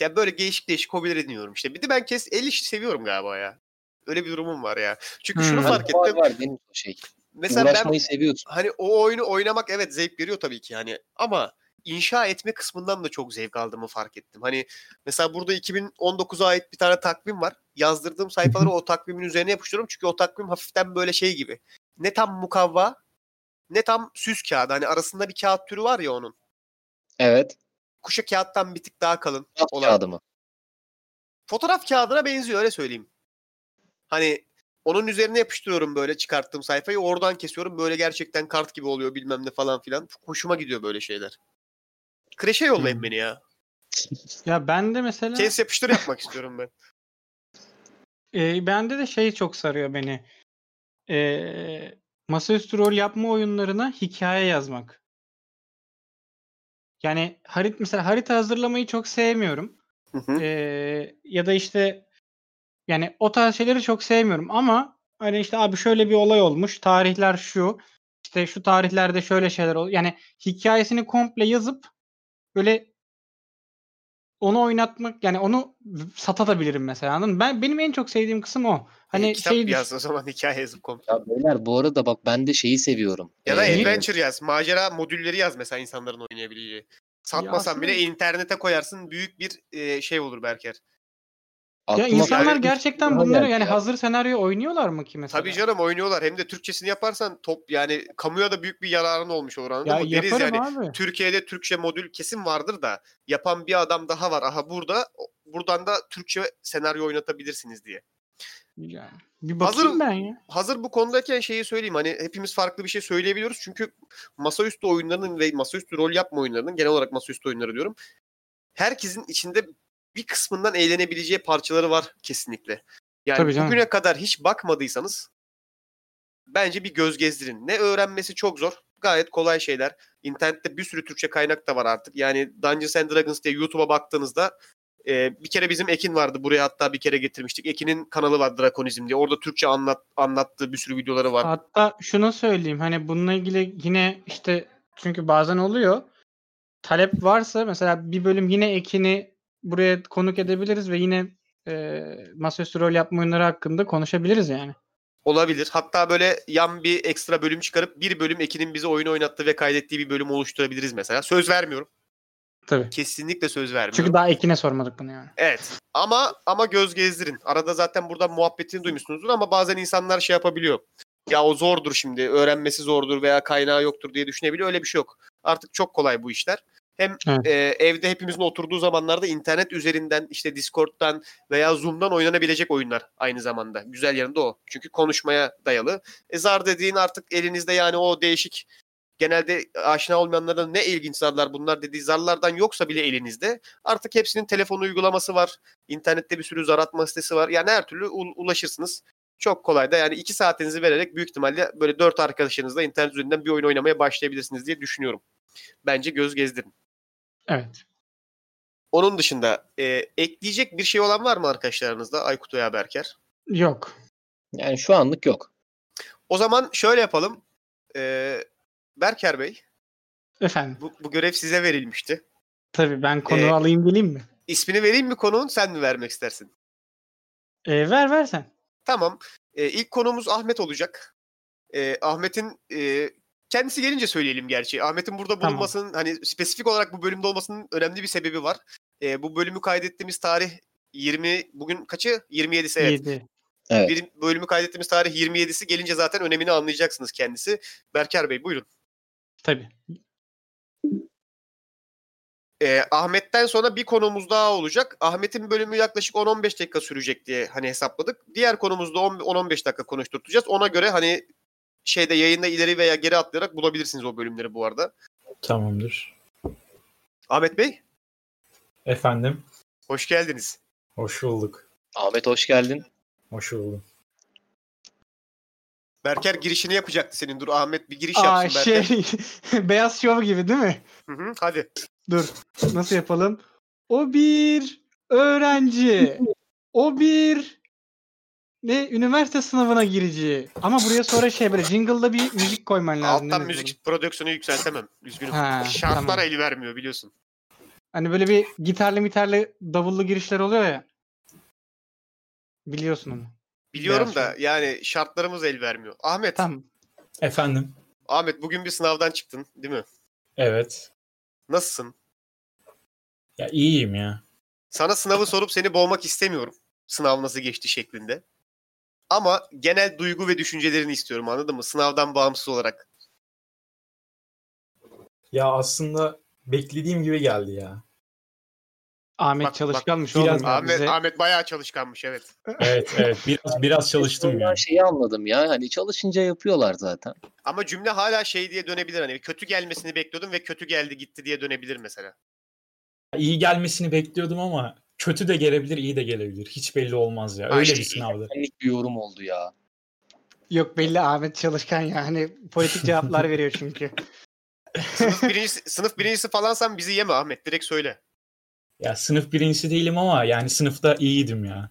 A: Ya böyle değişik değişik hobiler ediniyorum işte. Bir de ben kes el işi seviyorum galiba ya. Öyle bir durumum var ya. Çünkü
B: Hmm.
A: şunu
B: Ben de
A: fark
C: Var
A: ettim.
C: Hani var benim o şey.
A: Mesela ben
C: Uğraşmayı seviyorsun.
A: hani o oyunu oynamak evet zevk veriyor tabii ki hani ama inşa etme kısmından da çok zevk aldığımı fark ettim. Hani mesela burada 2019'a ait bir tane takvim var. Yazdırdığım sayfaları o takvimin üzerine yapıştırıyorum çünkü o takvim hafiften böyle şey gibi. Ne tam mukavva ne tam süs kağıdı. Hani arasında bir kağıt türü var ya onun.
C: Evet.
A: Kuşa kağıttan bir tık daha kalın.
C: Yap
A: Olan-
C: kağıdımı.
A: Fotoğraf kağıdına benziyor öyle söyleyeyim. Hani onun üzerine yapıştırıyorum böyle çıkarttığım sayfayı. Oradan kesiyorum. Böyle gerçekten kart gibi oluyor bilmem ne falan filan. Çok hoşuma gidiyor böyle şeyler. Kreşe yollayın
B: Hmm.
A: beni ya.
B: Ya ben de mesela
A: Kes yapıştır yapmak istiyorum ben.
B: e, bende de şey çok sarıyor beni. E, masaüstü rol yapma oyunlarına hikaye yazmak. Yani harit mesela harita hazırlamayı çok sevmiyorum.
A: Hı hı.
B: Ee, ya da işte yani o tarz şeyleri çok sevmiyorum ama hani işte abi şöyle bir olay olmuş tarihler şu işte şu tarihlerde şöyle şeyler ol yani hikayesini komple yazıp böyle onu oynatmak yani onu satabilirim mesela anladın mı? Ben benim en çok sevdiğim kısım o. Hani
A: Hani kitap
B: şey düş-
A: yaz o zaman hikaye yazıp komple.
C: Ya beyler bu arada bak ben de şeyi seviyorum.
A: Ya da
C: Ee,
A: adventure yaz. Macera modülleri yaz mesela insanların oynayabileceği. Satmasan
B: aslında-
A: bile internete koyarsın büyük bir e, şey olur Berker.
B: ya
C: aklıma
B: insanlar
A: geldi.
B: gerçekten
C: Aklıma
B: bunları
C: geldi
B: yani
C: ya.
B: hazır senaryo oynuyorlar mı ki mesela?
A: Tabii canım oynuyorlar. Hem de Türkçesini yaparsan top yani kamuya da büyük bir yararın olmuş olur anladın
B: Ya
A: mı? Deriz
B: yaparım
A: yani
B: abi.
A: Türkiye'de Türkçe modül kesin vardır da yapan bir adam daha var. Aha burada o- buradan da Türkçe senaryo oynatabilirsiniz diye.
B: Ya, bir bakayım
A: Hazır-
B: ben ya.
A: Hazır bu konudayken şeyi söyleyeyim hani hepimiz farklı bir şey söyleyebiliyoruz. Çünkü masaüstü oyunlarının ve masaüstü rol yapma oyunlarının genel olarak masaüstü oyunları diyorum. Herkesin içinde bir kısmından eğlenebileceği parçaları var kesinlikle. Yani
B: Tabii canım.
A: bugüne kadar hiç bakmadıysanız bence bir göz gezdirin. Ne öğrenmesi çok zor. Gayet kolay şeyler. İnternette bir sürü Türkçe kaynak da var artık. Yani Dungeons and Dragons diye YouTube'a baktığınızda e, bir kere bizim Ekin vardı. Buraya hatta bir kere getirmiştik. Ekin'in kanalı var Drakonizm diye. Orada Türkçe anlat, anlattığı bir sürü videoları var.
B: Hatta şunu söyleyeyim hani bununla ilgili yine işte çünkü bazen oluyor. Talep varsa mesela bir bölüm yine Ekin'i buraya konuk edebiliriz ve yine e, masaüstü rol yapma oyunları hakkında konuşabiliriz yani.
A: Olabilir. Hatta böyle yan bir ekstra bölüm çıkarıp bir bölüm Ekin'in bize oyunu oynattığı ve kaydettiği bir bölüm oluşturabiliriz mesela. Söz vermiyorum.
B: Tabii.
A: Kesinlikle söz vermiyorum.
B: Çünkü daha Ekin'e sormadık bunu yani.
A: Evet. Ama ama göz gezdirin. Arada zaten buradan muhabbetini duymuşsunuzdur ama bazen insanlar şey yapabiliyor. Ya o zordur şimdi. Öğrenmesi zordur veya kaynağı yoktur diye düşünebiliyor. Öyle bir şey yok. Artık çok kolay bu işler. Hem
B: Evet.
A: e, evde hepimizin oturduğu zamanlarda internet üzerinden işte Discord'dan veya Zoom'dan oynanabilecek oyunlar aynı zamanda. Güzel yanı da o. Çünkü konuşmaya dayalı. E, zar dediğin artık elinizde yani o değişik genelde aşina olmayanlara ne ilginç zarlar bunlar dediği zarlardan yoksa bile elinizde Artık hepsinin telefon uygulaması var. İnternette bir sürü zar atma sitesi var. Yani her türlü u- ulaşırsınız. Çok kolay da yani iki saatinizi vererek büyük ihtimalle böyle dört arkadaşınızla internet üzerinden bir oyun oynamaya başlayabilirsiniz diye düşünüyorum. Bence göz gezdirin.
B: Evet.
A: Onun dışında e, ekleyecek bir şey olan var mı arkadaşlarınızda Aykut veya Berker?
B: Yok.
C: Yani şu anlık yok.
A: O zaman şöyle yapalım. E, Berker Bey
B: Efendim.
A: bu, bu görev size verilmişti.
B: Tabii ben konuğu
A: Ee,
B: alayım geleyim mi?
A: İsmini vereyim mi konuğun sen mi vermek istersin?
B: E, ver versen.
A: Tamam. Ee, ilk konumuz Ahmet olacak. Ee, Ahmet'in e, kendisi gelince söyleyelim gerçi. Ahmet'in burada
B: Tamam.
A: bulunmasının hani spesifik olarak bu bölümde olmasının önemli bir sebebi var. Ee, bu bölümü kaydettiğimiz tarih 20 bugün kaçı? 27'si evet.
B: Yedi.
C: Evet.
A: Bir bölümü kaydettiğimiz tarih 27'si gelince zaten önemini anlayacaksınız kendisi. Berker Bey buyurun.
B: Tabii.
A: Ee, Ahmet'ten sonra bir konumuz daha olacak. Ahmet'in bölümü yaklaşık 10-15 dakika sürecek diye hani hesapladık. Diğer konumuzda 10 10-15 dakika konuşturtacağız. Ona göre hani şeyde yayında ileri veya geri atlayarak bulabilirsiniz o bölümleri bu arada.
D: Tamamdır.
A: Ahmet Bey
D: Efendim,
A: hoş geldiniz.
D: hoş bulduk.
C: Ahmet hoş geldin.
D: Hoş bulduk.
A: Berker girişini yapacaktı senin. Dur Ahmet bir giriş
B: Aa
A: yapsın Berker.
B: şey beyaz şov gibi değil mi?
A: Hı hı, hadi.
B: Dur. Nasıl yapalım? O bir öğrenci. O bir ne üniversite sınavına girici. Ama buraya sonra şey böyle jingle'da bir müzik koyman lazım.
A: Alttan
B: değil mi?
A: müzik prodüksiyonu yükseltemem. Üzgünüm.
B: Ha,
A: Şartlar
B: tamam.
A: el vermiyor biliyorsun.
B: Hani böyle bir gitarlı mitarlı davullu girişler oluyor ya. Biliyorsun onu.
A: Biliyorum
B: Biraz
A: da yani şartlarımız el vermiyor. Ahmet,
B: şey- Tamam.
D: Efendim.
A: Ahmet bugün bir sınavdan çıktın değil mi?
D: Evet.
A: Nasılsın?
D: Ya iyiyim ya.
A: Sana sınavı sorup seni boğmak istemiyorum. Sınav nasıl geçti şeklinde. Ama genel duygu ve düşüncelerini istiyorum anladın mı? Sınavdan bağımsız olarak.
D: Ya aslında beklediğim gibi geldi ya.
B: Ahmet
A: Bak, bak,
B: çalışkanmış
D: biraz
B: oğlum. ya
A: Ahmet,
B: bize-
A: Ahmet bayağı çalışkanmış evet.
D: Evet evet. Biraz biraz çalıştım
C: Ondan
D: yani.
C: şeyi anladım ya. Hani çalışınca yapıyorlar zaten.
A: Ama cümle hala şey diye dönebilir hani kötü gelmesini bekliyordum ve kötü geldi gitti diye dönebilir mesela.
D: İyi gelmesini bekliyordum ama kötü de gelebilir, iyi de gelebilir. Hiç belli olmaz ya. Öyle
A: Aynen.
D: bir sınavdı.
C: Benlik bir yorum oldu ya.
B: Yok belli Ahmet çalışkan yani. Politik cevaplar veriyor çünkü.
A: Sınıf birincisi, sınıf birincisi falansan bizi yeme Ahmet direkt söyle.
D: Ya sınıf birincisi değilim ama yani sınıfta iyiydim ya.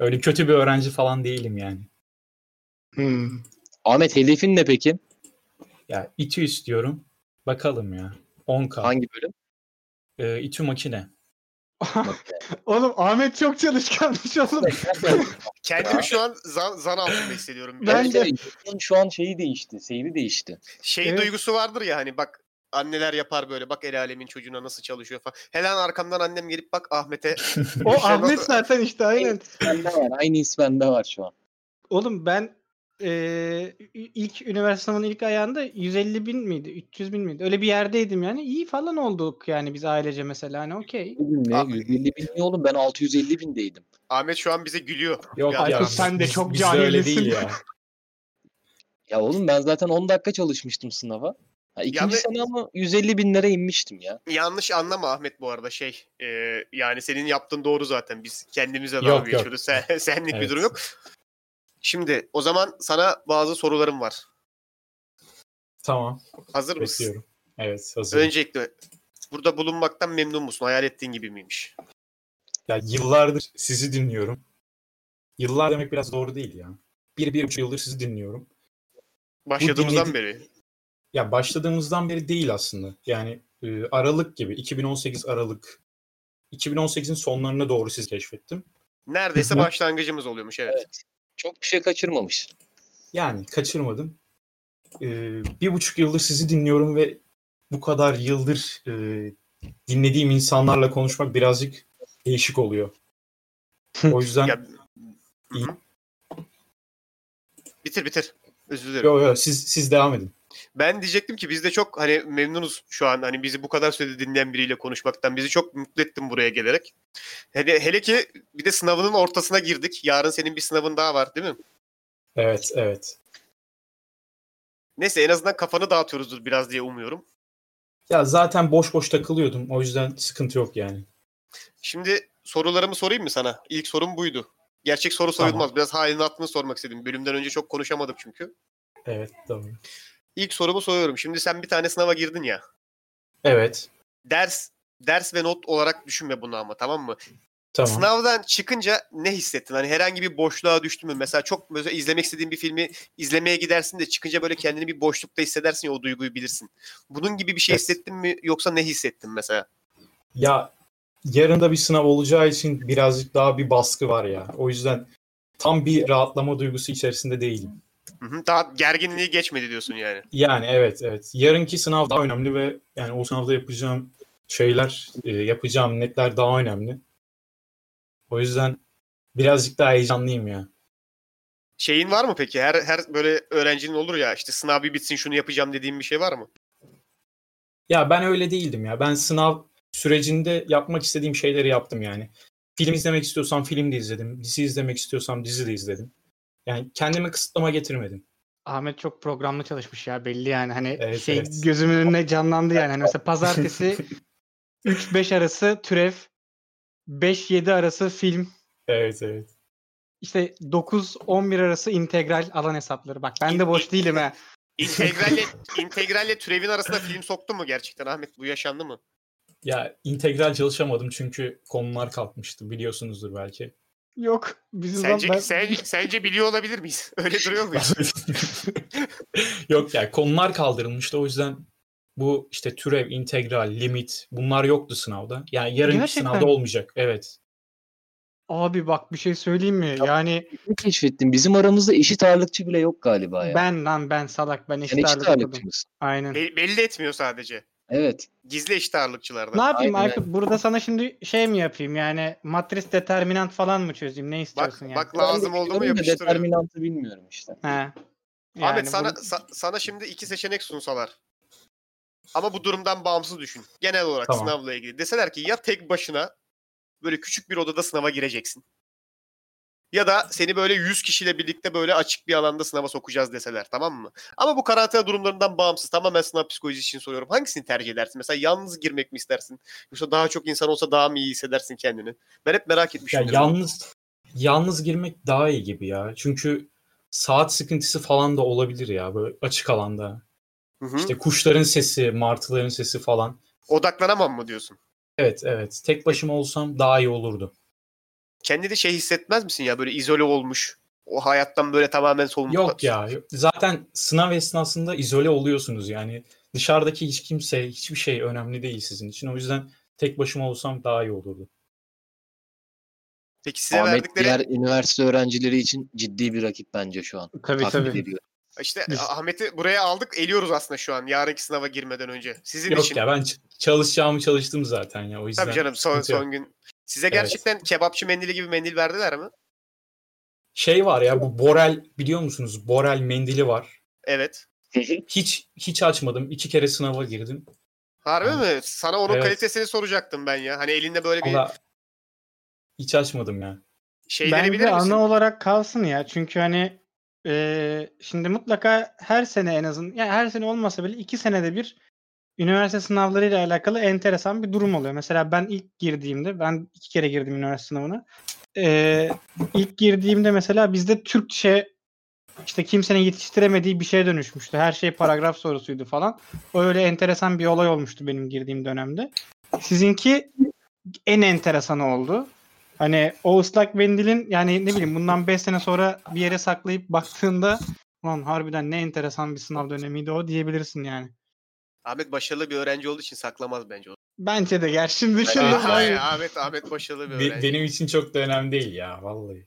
D: Öyle kötü bir öğrenci falan değilim yani.
B: Hmm.
C: Ahmet hedefin ne peki?
D: Ya İTÜ istiyorum. Bakalım ya. 10K.
C: Hangi bölüm?
D: Ee, İTÜ makine.
B: oğlum Ahmet çok çalışkanmış oğlum.
A: Kendimi şu an zan, zan altında hissediyorum.
B: Ben
A: Ben
B: de-
C: Yurt'un şu an şeyi değişti. Seyri değişti.
A: şey
B: Evet.
A: duygusu vardır ya hani bak anneler yapar böyle bak el alemin çocuğuna nasıl çalışıyor falan. Hemen arkamdan annem gelip bak Ahmet'e
B: O
A: İşte
B: Ahmet
A: nasıl-
B: zaten işte aynen.
C: Bende var. Aynı his bende var şu an.
B: Oğlum ben eee, ilk üniversite sınavının ilk ayağında 150 bin miydi? 300 bin miydi? Öyle bir yerdeydim yani. İyi falan olduk yani biz ailece mesela. Hani okey.
C: Bugün ne?
A: Abi.
C: 150 bin ne oğlum? Ben 650 bindeydim.
A: Ahmet şu an bize gülüyor.
D: Yok
A: Ya
D: ya,
A: Aykut,
B: sen de çok
D: bizde öyle
B: cahilsin.
D: değil ya.
C: Ya oğlum ben zaten 10 dakika çalışmıştım sınava. Ha, ikinci
A: Yani-
C: sene ama 150 binlere inmiştim ya.
A: Yanlış anlama Ahmet bu arada şey. e, yani senin yaptığın doğru zaten. Biz kendimize dalga
D: Yok, yok.
A: geçiyoruz. Sen, senlik bir
D: Evet.
A: durum yok. Şimdi o zaman sana bazı sorularım var.
D: Tamam.
A: Hazır mısın?
D: Bekliyorum. Evet hazırım.
A: Öncelikle burada bulunmaktan memnun musun? Hayal ettiğin gibi miymiş?
D: Ya yıllardır sizi dinliyorum. Yıllar demek biraz doğru değil ya. Bir, bir buçuk yıldır sizi dinliyorum.
A: Başladığımızdan
D: dinledi-
A: beri.
D: Ya başladığımızdan beri değil aslında. Yani e, Aralık gibi. 2018 Aralık. 2018'in sonlarına doğru sizi keşfettim.
A: Neredeyse
D: Hı hı.
A: başlangıcımız oluyormuş evet.
C: Çok bir şey kaçırmamış.
D: Yani kaçırmadım. E, bir buçuk yıldır sizi dinliyorum ve bu kadar yıldır e, dinlediğim insanlarla konuşmak birazcık değişik oluyor. O yüzden
A: Ya- Hı hı. Bitir bitir. Özür dilerim.
D: yo, yo, siz, siz devam edin.
A: Ben diyecektim ki biz de çok hani memnunuz şu an hani bizi bu kadar sürede dinleyen biriyle konuşmaktan. Bizi çok mutlu ettin buraya gelerek. Hele, hele ki bir de sınavının ortasına girdik. Yarın senin bir sınavın daha var değil mi?
D: Evet, evet.
A: Neyse en azından kafanı dağıtıyoruzdur biraz diye umuyorum.
D: Ya zaten boş boş takılıyordum. O yüzden sıkıntı yok yani.
A: Şimdi sorularımı sorayım mı sana? İlk sorum buydu. Gerçek soru
D: Tamam.
A: soyulmaz. Biraz halini attığını sormak istedim. Bölümden önce çok konuşamadık çünkü.
D: Evet, doğru.
A: İlk sorumu soruyorum. Şimdi sen bir tane sınava girdin ya.
D: Evet,
A: Ders ders ve not olarak düşünme bunu ama tamam mı?
D: tamam.
A: Sınavdan çıkınca ne hissettin? Hani herhangi bir boşluğa düştün mü? Mesela çok mesela izlemek istediğin bir filmi izlemeye gidersin de çıkınca böyle kendini bir boşlukta hissedersin ya o duyguyu bilirsin. Bunun gibi bir şey
D: Evet.
A: hissettin mi yoksa ne hissettin mesela?
D: Ya yarın da bir sınav olacağı için birazcık daha bir baskı var ya. O yüzden tam bir rahatlama duygusu içerisinde değilim.
A: Hı hı, Daha gerginliği geçmedi diyorsun yani.
D: Yani evet, evet. Yarınki sınav daha önemli ve yani o sınavda yapacağım şeyler, e, yapacağım netler daha önemli. O yüzden birazcık daha heyecanlıyım ya.
A: Şeyin var mı peki? Her her böyle öğrencinin olur ya işte sınav bir bitsin şunu yapacağım dediğin bir şey var mı?
D: Ya ben öyle değildim ya. Ben sınav sürecinde yapmak istediğim şeyleri yaptım yani. Film izlemek istiyorsam film de izledim. Dizi izlemek istiyorsam dizi de izledim. Yani kendimi kısıtlama getirmedim.
B: Ahmet çok programlı çalışmış ya belli yani. Hani
D: Evet,
B: şey
D: evet.
B: gözümün önüne canlandı yani. Hani mesela pazartesi 3-5 arası türev, 5-7 arası film.
D: Evet evet.
B: işte 9-11 arası integral alan hesapları. Bak ben de boş değilim ha.
A: İntegralle, integralle türevin arasında film soktu mu gerçekten Ahmet? Bu yaşandı mı?
D: Ya integral çalışamadım çünkü konular kalkmıştı biliyorsunuzdur belki.
B: Yok. Bizim
A: Sence,
B: ben...
A: sen, sence biliyor olabilir miyiz? Öyle duruyor muyuz?
D: Yok ya konular kaldırılmıştı o yüzden bu işte türev, integral, limit bunlar yoktu sınavda. Yani yarınki
B: Gerçekten
D: sınavda
B: mi?
D: olmayacak. Evet.
B: Abi bak bir şey söyleyeyim mi? Yani
C: Ne keşfettim? Bizim aramızda eşit ağırlıkçı bile yok galiba ya.
B: ben lan ben salak ben
C: Sen
B: eşit
C: eşit
B: ağırlık
C: ağırlıkçı
B: okudum.
C: mısın?
B: Aynen.
A: Be- belli etmiyor sadece.
C: Evet.
A: Gizli eşit ağırlıkçılardan.
B: Ne yapayım
C: Aynen.
B: Aykut? Burada sana şimdi şey mi yapayım yani matris determinant falan mı çözeyim? Ne istiyorsun yani?
A: bak Lazım oldu mu
C: Ben de
A: yapıştırıyor.
C: Determinantı bilmiyorum işte.
B: He. Yani
A: Ahmet sana
B: bu-
A: sa- sana şimdi iki seçenek sunsalar. Ama bu durumdan bağımsız düşün. Genel olarak
D: Tamam.
A: sınavla ilgili. Deseler ki ya tek başına böyle küçük bir odada sınava gireceksin. Ya da seni böyle 100 kişiyle birlikte böyle açık bir alanda sınava sokacağız deseler tamam mı? Ama bu karantina durumlarından bağımsız. Tamamen sınav psikolojisi için soruyorum. Hangisini tercih edersin? Mesela yalnız girmek mi istersin? Yoksa daha çok insan olsa daha mı iyi hissedersin kendini? Ben hep merak
D: Ya
A: etmişim.
D: yalnız yalnız girmek daha iyi gibi ya. Çünkü saat sıkıntısı falan da olabilir ya böyle açık alanda.
A: Hı hı.
D: İşte kuşların sesi, martıların sesi falan.
A: Odaklanamam mı diyorsun?
D: Evet evet. Tek başıma olsam daha iyi olurdu.
A: kendini şey hissetmez misin ya böyle izole olmuş. O hayattan böyle tamamen soğumuş.
D: Yok ya. yok. Zaten sınav esnasında izole oluyorsunuz yani. Dışarıdaki hiç kimse, hiçbir şey önemli değil sizin için. O yüzden tek başıma olsam daha iyi olurdu.
A: Peki size
C: Ahmet
A: verdikleri
C: diğer üniversite öğrencileri için ciddi bir rakip bence şu an.
B: Tabii
C: Takdir
B: tabii.
C: ediyorum.
A: işte
B: Biz-
A: Ahmet'i buraya aldık eliyoruz aslında şu an yarınki sınava girmeden önce. Sizin
D: Yok
A: için.
D: ya ben ç- çalışacağımı çalıştım zaten ya o yüzden.
A: Tabii canım son,
D: sıkıntı yok.
A: son gün. Size
D: Evet.
A: gerçekten kebapçı mendili gibi mendil verdiler mi?
D: Şey var ya bu Borel biliyor musunuz? Borel mendili var.
A: Evet.
D: Hiç hiç açmadım. İki kere sınava girdim.
A: Harbi mi? Sana onun
D: Evet.
A: kalitesini soracaktım ben ya. Hani elinde böyle bir
D: Valla hiç açmadım ya.
A: şeyleri
B: Bence
A: bilir şey misin?
B: ana olarak kalsın ya. Çünkü hani e, şimdi mutlaka her sene en azın yani her sene olmasa bile iki senede bir üniversite sınavlarıyla alakalı enteresan bir durum oluyor. Mesela ben ilk girdiğimde ben iki kere girdim üniversite sınavına. E, ilk girdiğimde mesela bizde Türkçe işte kimsenin yetiştiremediği bir şeye dönüşmüştü. Her şey paragraf sorusuydu falan. Öyle enteresan bir olay olmuştu benim girdiğim dönemde. Sizinki en enteresanı oldu. Hani o ıslak mendilin yani ne bileyim bundan 5 sene sonra bir yere saklayıp baktığında lan harbiden ne enteresan bir sınav dönemiydi o diyebilirsin yani.
A: Ahmet başarılı bir öğrenci olduğu için saklamaz bence onu.
B: Bence de gel şimdi
A: Hayır,
B: şunu
A: hayır, Ahmet Ahmet başarılı bir
D: Be-
A: öğrenci.
D: benim için çok da önemli değil ya vallahi.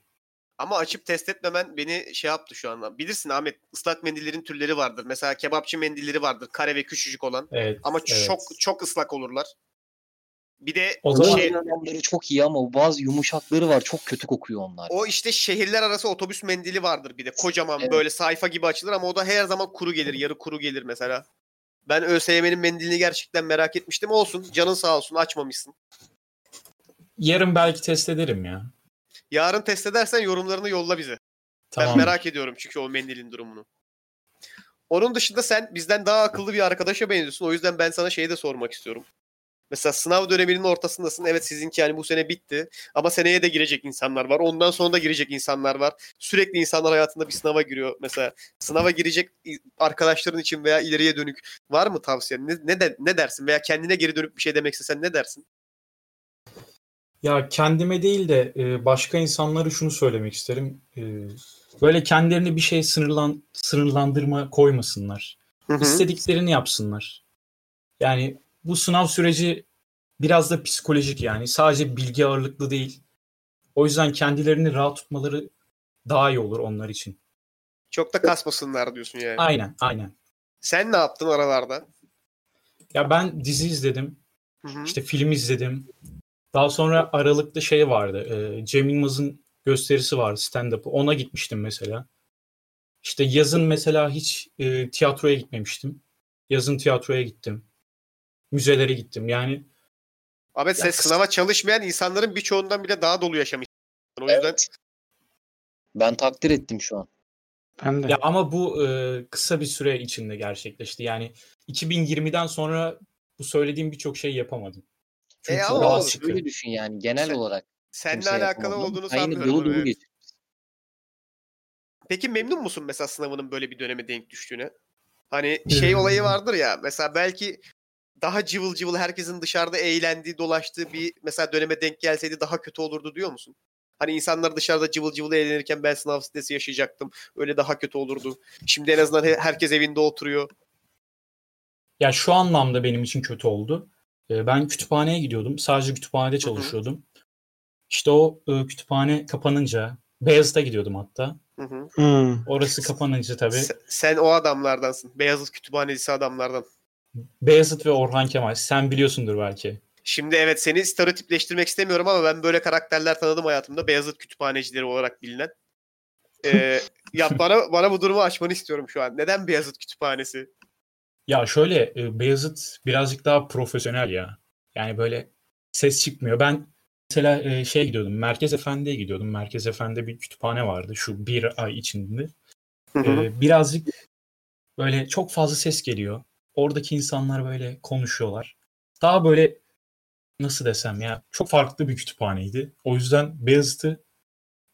A: Ama açıp test etmemen beni şey yaptı şu anda. Bilirsin Ahmet ıslak mendillerin türleri vardır. Mesela kebapçı mendilleri vardır. Kare ve küçücük olan.
D: Evet.
A: Ama
D: evet.
A: çok çok ıslak olurlar. Bir de
D: O
A: o,
D: zaman-
A: şey,
C: Olanları çok iyi ama bazı yumuşakları var. Çok kötü kokuyor onlar.
A: o işte şehirler arası otobüs mendili vardır bir de. Kocaman
C: Evet.
A: böyle sayfa gibi açılır ama o da her zaman kuru gelir. Yarı kuru gelir mesela. Ben ÖSYM'nin mendilini gerçekten merak etmiştim. Olsun canın sağ olsun açmamışsın.
D: Yarın belki test ederim ya.
A: Yarın test edersen yorumlarını yolla bize.
D: Tamam.
A: Ben merak ediyorum çünkü o mendilin durumunu. Onun dışında sen bizden daha akıllı bir arkadaşa benziyorsun. O yüzden ben sana şeyi de sormak istiyorum. Mesela sınav döneminin ortasındasın. Evet sizinki yani bu sene bitti. Ama seneye de girecek insanlar var. Ondan sonra da girecek insanlar var. Sürekli insanlar hayatında bir sınava giriyor. Mesela sınava girecek i- arkadaşların için veya ileriye dönük var mı tavsiyen? Ne, ne, de- ne dersin? Veya kendine geri dönüp bir şey demek istesen ne dersin?
D: Ya kendime değil de e, başka insanlara şunu söylemek isterim. E, Böyle kendilerini bir şeye sınırlan sınırlandırma koymasınlar. İstediklerini yapsınlar. Yani bu sınav süreci biraz da psikolojik yani. Sadece bilgi ağırlıklı değil. O yüzden kendilerini rahat tutmaları daha iyi olur onlar için.
A: Çok da kasmasınlar diyorsun yani.
D: Aynen, aynen.
A: Sen ne yaptın aralarda?
D: Ya ben dizi izledim.
A: Hı hı.
D: İşte film izledim. Daha sonra Aralık'ta şey vardı. E, Cem Yılmaz'ın gösterisi vardı stand-up'ı. Ona gitmiştim mesela. İşte yazın mesela hiç e, tiyatroya gitmemiştim. Yazın tiyatroya gittim. Müzelere gittim. Yani
A: Ahmet sen
D: Ya kız-
A: sınava çalışmayan insanların birçoğundan bile daha dolu yaşamışsın. O yüzden
C: Evet. Ben takdir ettim şu an.
B: Ben de.
D: ya ama bu e, kısa bir süre içinde gerçekleşti. Yani 2020'den sonra bu söylediğim birçok şey yapamadım. Çünkü
A: E ama
D: daha
A: oğlum,
D: sıkı.
C: Öyle düşün yani genel
A: Sen-
C: olarak.
A: seninle
C: kimseye
A: alakalı
C: yapamadım.
A: olduğunu
C: Aynı
A: sanmıyorum.
C: dolu dolu
A: evet.
C: geçirdim.
A: Peki memnun musun mesela sınavının böyle bir döneme denk düştüğüne? Hani şey
D: Ee,
A: olayı vardır ya mesela belki daha cıvıl cıvıl herkesin dışarıda eğlendiği, dolaştığı bir mesela döneme denk gelseydi daha kötü olurdu diyor musun? Hani insanlar dışarıda cıvıl cıvıl eğlenirken ben sınav stresi yaşayacaktım. Öyle daha kötü olurdu. Şimdi en azından he- herkes evinde oturuyor.
D: Ya şu anlamda benim için kötü oldu. Ee, Ben kütüphaneye gidiyordum. Sadece kütüphanede çalışıyordum. İşte o e, kütüphane kapanınca Beyazıt'a gidiyordum hatta.
A: Hı hı.
B: Hmm.
D: Orası kapanınca tabii
A: Se- sen o adamlardansın. Beyazıt kütüphanecisi adamlardan.
D: Beyazıt ve Orhan Kemal sen biliyorsundur belki.
A: Şimdi evet seni stereotipleştirmek istemiyorum ama ben böyle karakterler tanıdım hayatımda. Beyazıt kütüphanecileri olarak bilinen. Ee, ya bana, bana bu durumu açmanı istiyorum şu an. Neden Beyazıt kütüphanesi?
D: Ya şöyle e, Beyazıt birazcık daha profesyonel ya. Yani böyle ses çıkmıyor. Ben mesela e, şey gidiyordum. Merkez Efendi'ye gidiyordum. Merkez Efendi bir kütüphane vardı şu bir ay içinde. Ee, birazcık böyle çok fazla ses geliyor. Oradaki insanlar böyle konuşuyorlar. Daha böyle nasıl desem ya çok farklı bir kütüphaneydi. O yüzden Beyazıt'ı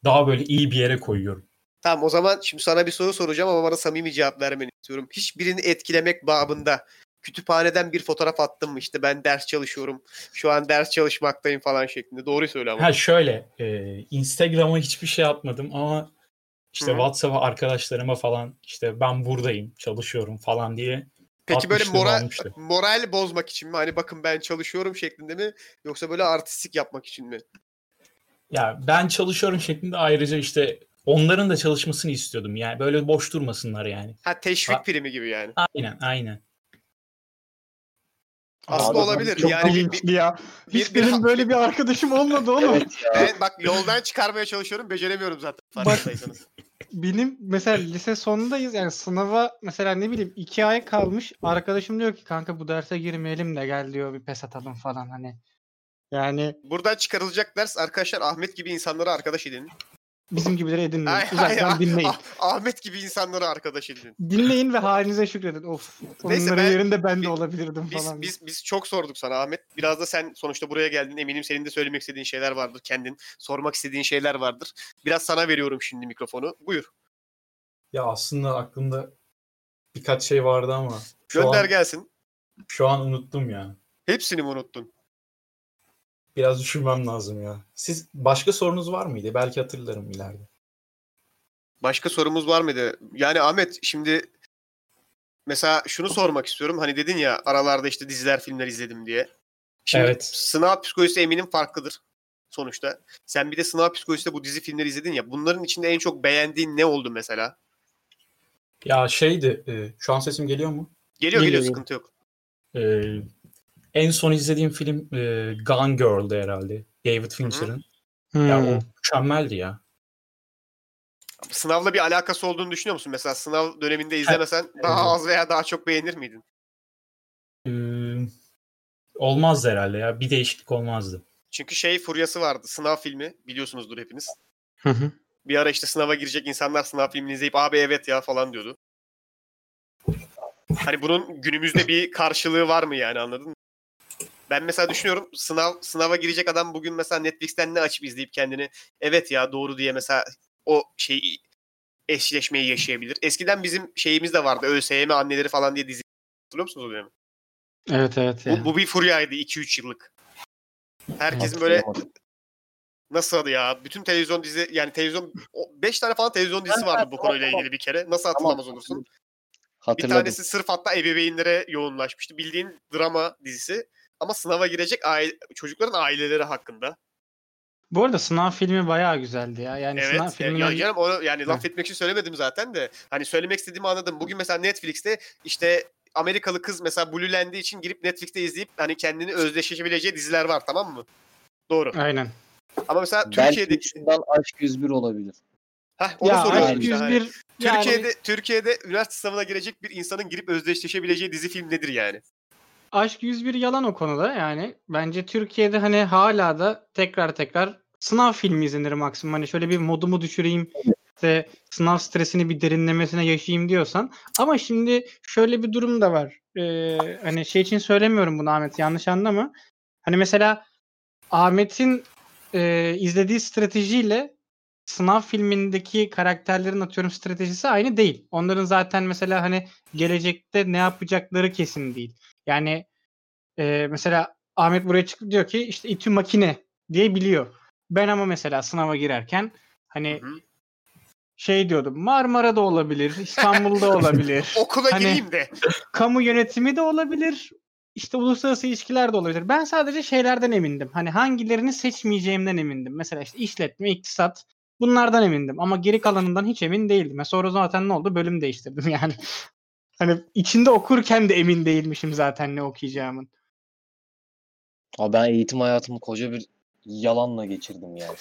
D: daha böyle iyi bir yere koyuyorum.
A: Tamam o zaman şimdi sana bir soru soracağım ama bana samimi cevap vermeni istiyorum. Hiçbirini etkilemek babında kütüphaneden bir fotoğraf attın mı? İşte ben ders çalışıyorum. Şu an ders çalışmaktayım falan şeklinde. Doğruyu söyle ama.
D: Ha şöyle e, Instagram'a hiçbir şey atmadım ama işte
A: Hı.
D: WhatsApp'a arkadaşlarıma falan işte ben buradayım çalışıyorum falan diye
A: Peki böyle
D: atmışlığım
A: moral,
D: olmuştu.
A: moral bozmak için mi? Hani bakın ben çalışıyorum şeklinde mi? Yoksa böyle artistik yapmak için mi?
D: Ya ben çalışıyorum şeklinde ayrıca işte onların da çalışmasını istiyordum. Yani böyle boş durmasınlar yani.
A: Ha teşvik
D: Ha-
A: primi gibi yani.
D: Aynen aynen.
A: Aslında
C: Abi,
A: olabilir.
B: Çok
A: yani bir-
B: bilinçli ya.
A: bir-
B: Hiç
A: bir-
B: benim böyle bir arkadaşım olmadı oğlum.
A: Ben bak yoldan çıkarmaya çalışıyorum. Beceremiyorum zaten farkındaysanız.
B: Benim mesela lise sonundayız yani sınava mesela ne bileyim iki ay kalmış arkadaşım diyor ki kanka bu derse girmeyelim de gel diyor bir pes atalım falan hani. Yani
A: Buradan çıkarılacak ders arkadaşlar Ahmet gibi insanlara arkadaş edin.
B: bizim gibileri edinmeyin.
A: Ay, ay,
B: Uzaktan
A: ay,
B: dinleyin.
A: Ah- Ahmet gibi insanlara arkadaş edin.
B: Dinleyin ve halinize şükredin. Of.
A: Neyse,
B: Onların
A: ben-
B: yerinde ben
A: bi-
B: de olabilirdim
A: Biz,
B: falan.
A: biz, biz çok sorduk sana Ahmet. Biraz da sen sonuçta buraya geldin. Eminim senin de söylemek istediğin şeyler vardır. Kendin sormak istediğin şeyler vardır. Biraz sana veriyorum şimdi mikrofonu. Buyur.
D: Ya aslında aklımda birkaç şey vardı ama şu
A: Gönder
D: an,
A: gelsin.
D: şu an unuttum ya.
A: Hepsini mi unuttun?
D: Biraz düşünmem lazım ya. Siz başka sorunuz var mıydı? Belki hatırlarım ileride.
A: Başka sorumuz var mıydı? Yani Ahmet şimdi mesela şunu sormak istiyorum. Hani dedin ya aralarda işte diziler filmler izledim diye. Şimdi
D: Evet.
A: sınav psikolojisi eminim farklıdır sonuçta. Sen bir de sınav psikolojisinde bu dizi filmleri izledin ya. Bunların içinde en çok beğendiğin ne oldu mesela?
D: Ya şeydi, e, şu an sesim geliyor mu?
A: Geliyor geliyor
B: Geliyor.
A: sıkıntı yok.
D: E, en son izlediğim film e, Gone Girl'dı herhalde. David Fincher'ın.
B: Hmm.
D: Ya o mükemmeldi ya.
A: Sınavla bir alakası olduğunu düşünüyor musun? Mesela sınav döneminde izlemesen daha az veya daha çok beğenir miydin?
D: E, olmazdı herhalde ya. Bir değişiklik olmazdı.
A: Çünkü şey furyası vardı. Sınav filmi biliyorsunuzdur hepiniz. Bir ara işte sınava girecek insanlar sınav filmini izleyip abi evet ya falan diyordu. Hani bunun günümüzde bir karşılığı var mı yani anladın mı? Ben mesela düşünüyorum sınav sınava girecek adam bugün mesela Netflix'ten ne açıp izleyip kendini evet ya doğru diye mesela o şeyi eşleşmeyi yaşayabilir. Eskiden bizim şeyimiz de vardı. ÖSYM anneleri falan diye dizi hatırlıyor musunuz o dönemi?
B: Evet evet.
A: Bu, bu bir furyaydı 2-3 yıllık. Herkesin böyle
C: Hatırlayamadım.
A: Nasıl adı ya? Bütün televizyon dizi yani televizyon 5 tane falan televizyon dizisi
C: Tamam,
A: vardı bu
C: tamam,
A: konuyla
C: tamam.
A: ilgili bir kere. Nasıl hatırlamaz olursun? Bir
C: Hatırladım.
A: tanesi sırf hatta ebeveynlere yoğunlaşmıştı. Bildiğin drama dizisi ama sınava girecek aile, çocukların aileleri hakkında.
B: Bu arada sınav filmi bayağı güzeldi ya. Yani Hani sınav
A: Evet. e,
B: filmi
A: Ya, canım onu yani laf
B: Hı.
A: etmek için söylemedim zaten de. Hani söylemek istediğimi anladım. Bugün mesela Netflix'te işte Amerikalı kız mesela Blue için girip Netflix'te izleyip hani kendini özdeşleşebileceği diziler var tamam mı? Doğru.
B: Aynen.
A: Ama mesela
C: Belki
A: Türkiye'deki
C: şundan Aşk 101 olabilir.
A: Heh, onu
B: ya
A: soruyorum.
B: Aşk
A: işte, hani.
B: 101 yani-
A: Türkiye'de Türkiye'de üniversite sınavına girecek bir insanın girip özdeşleşebileceği dizi film nedir yani?
B: Aşk 101 yalan o konuda yani. Bence Türkiye'de hani hala da tekrar tekrar sınav filmi izlenir maksimum. Hani şöyle bir modumu düşüreyim işte sınav stresini bir derinlemesine yaşayayım diyorsan. Ama şimdi şöyle bir durum da var. Ee, hani şey için söylemiyorum bunu Ahmet yanlış anlama. Hani mesela Ahmet'in e, izlediği stratejiyle sınav filmindeki karakterlerin atıyorum stratejisi aynı değil. Onların zaten mesela hani gelecekte ne yapacakları kesin değil. Yani e, mesela Ahmet buraya çıkıp diyor ki işte itü makine diye biliyor. Ben ama mesela sınava girerken hani
A: Hı hı.
B: şey diyordum Marmara'da olabilir, İstanbul'da olabilir.
A: Okula
B: Hani-
A: gireyim de.
B: kamu yönetimi de olabilir. işte uluslararası ilişkiler de olabilir. Ben sadece şeylerden emindim. Hani hangilerini seçmeyeceğimden emindim. Mesela işte işletme, iktisat bunlardan emindim. Ama geri kalanından hiç emin değildim. E sonra zaten ne oldu? Bölüm değiştirdim yani. Hani içinde okurken de emin değilmişim zaten ne okuyacağımın.
C: Ama ben eğitim hayatımı koca bir yalanla geçirdim yani.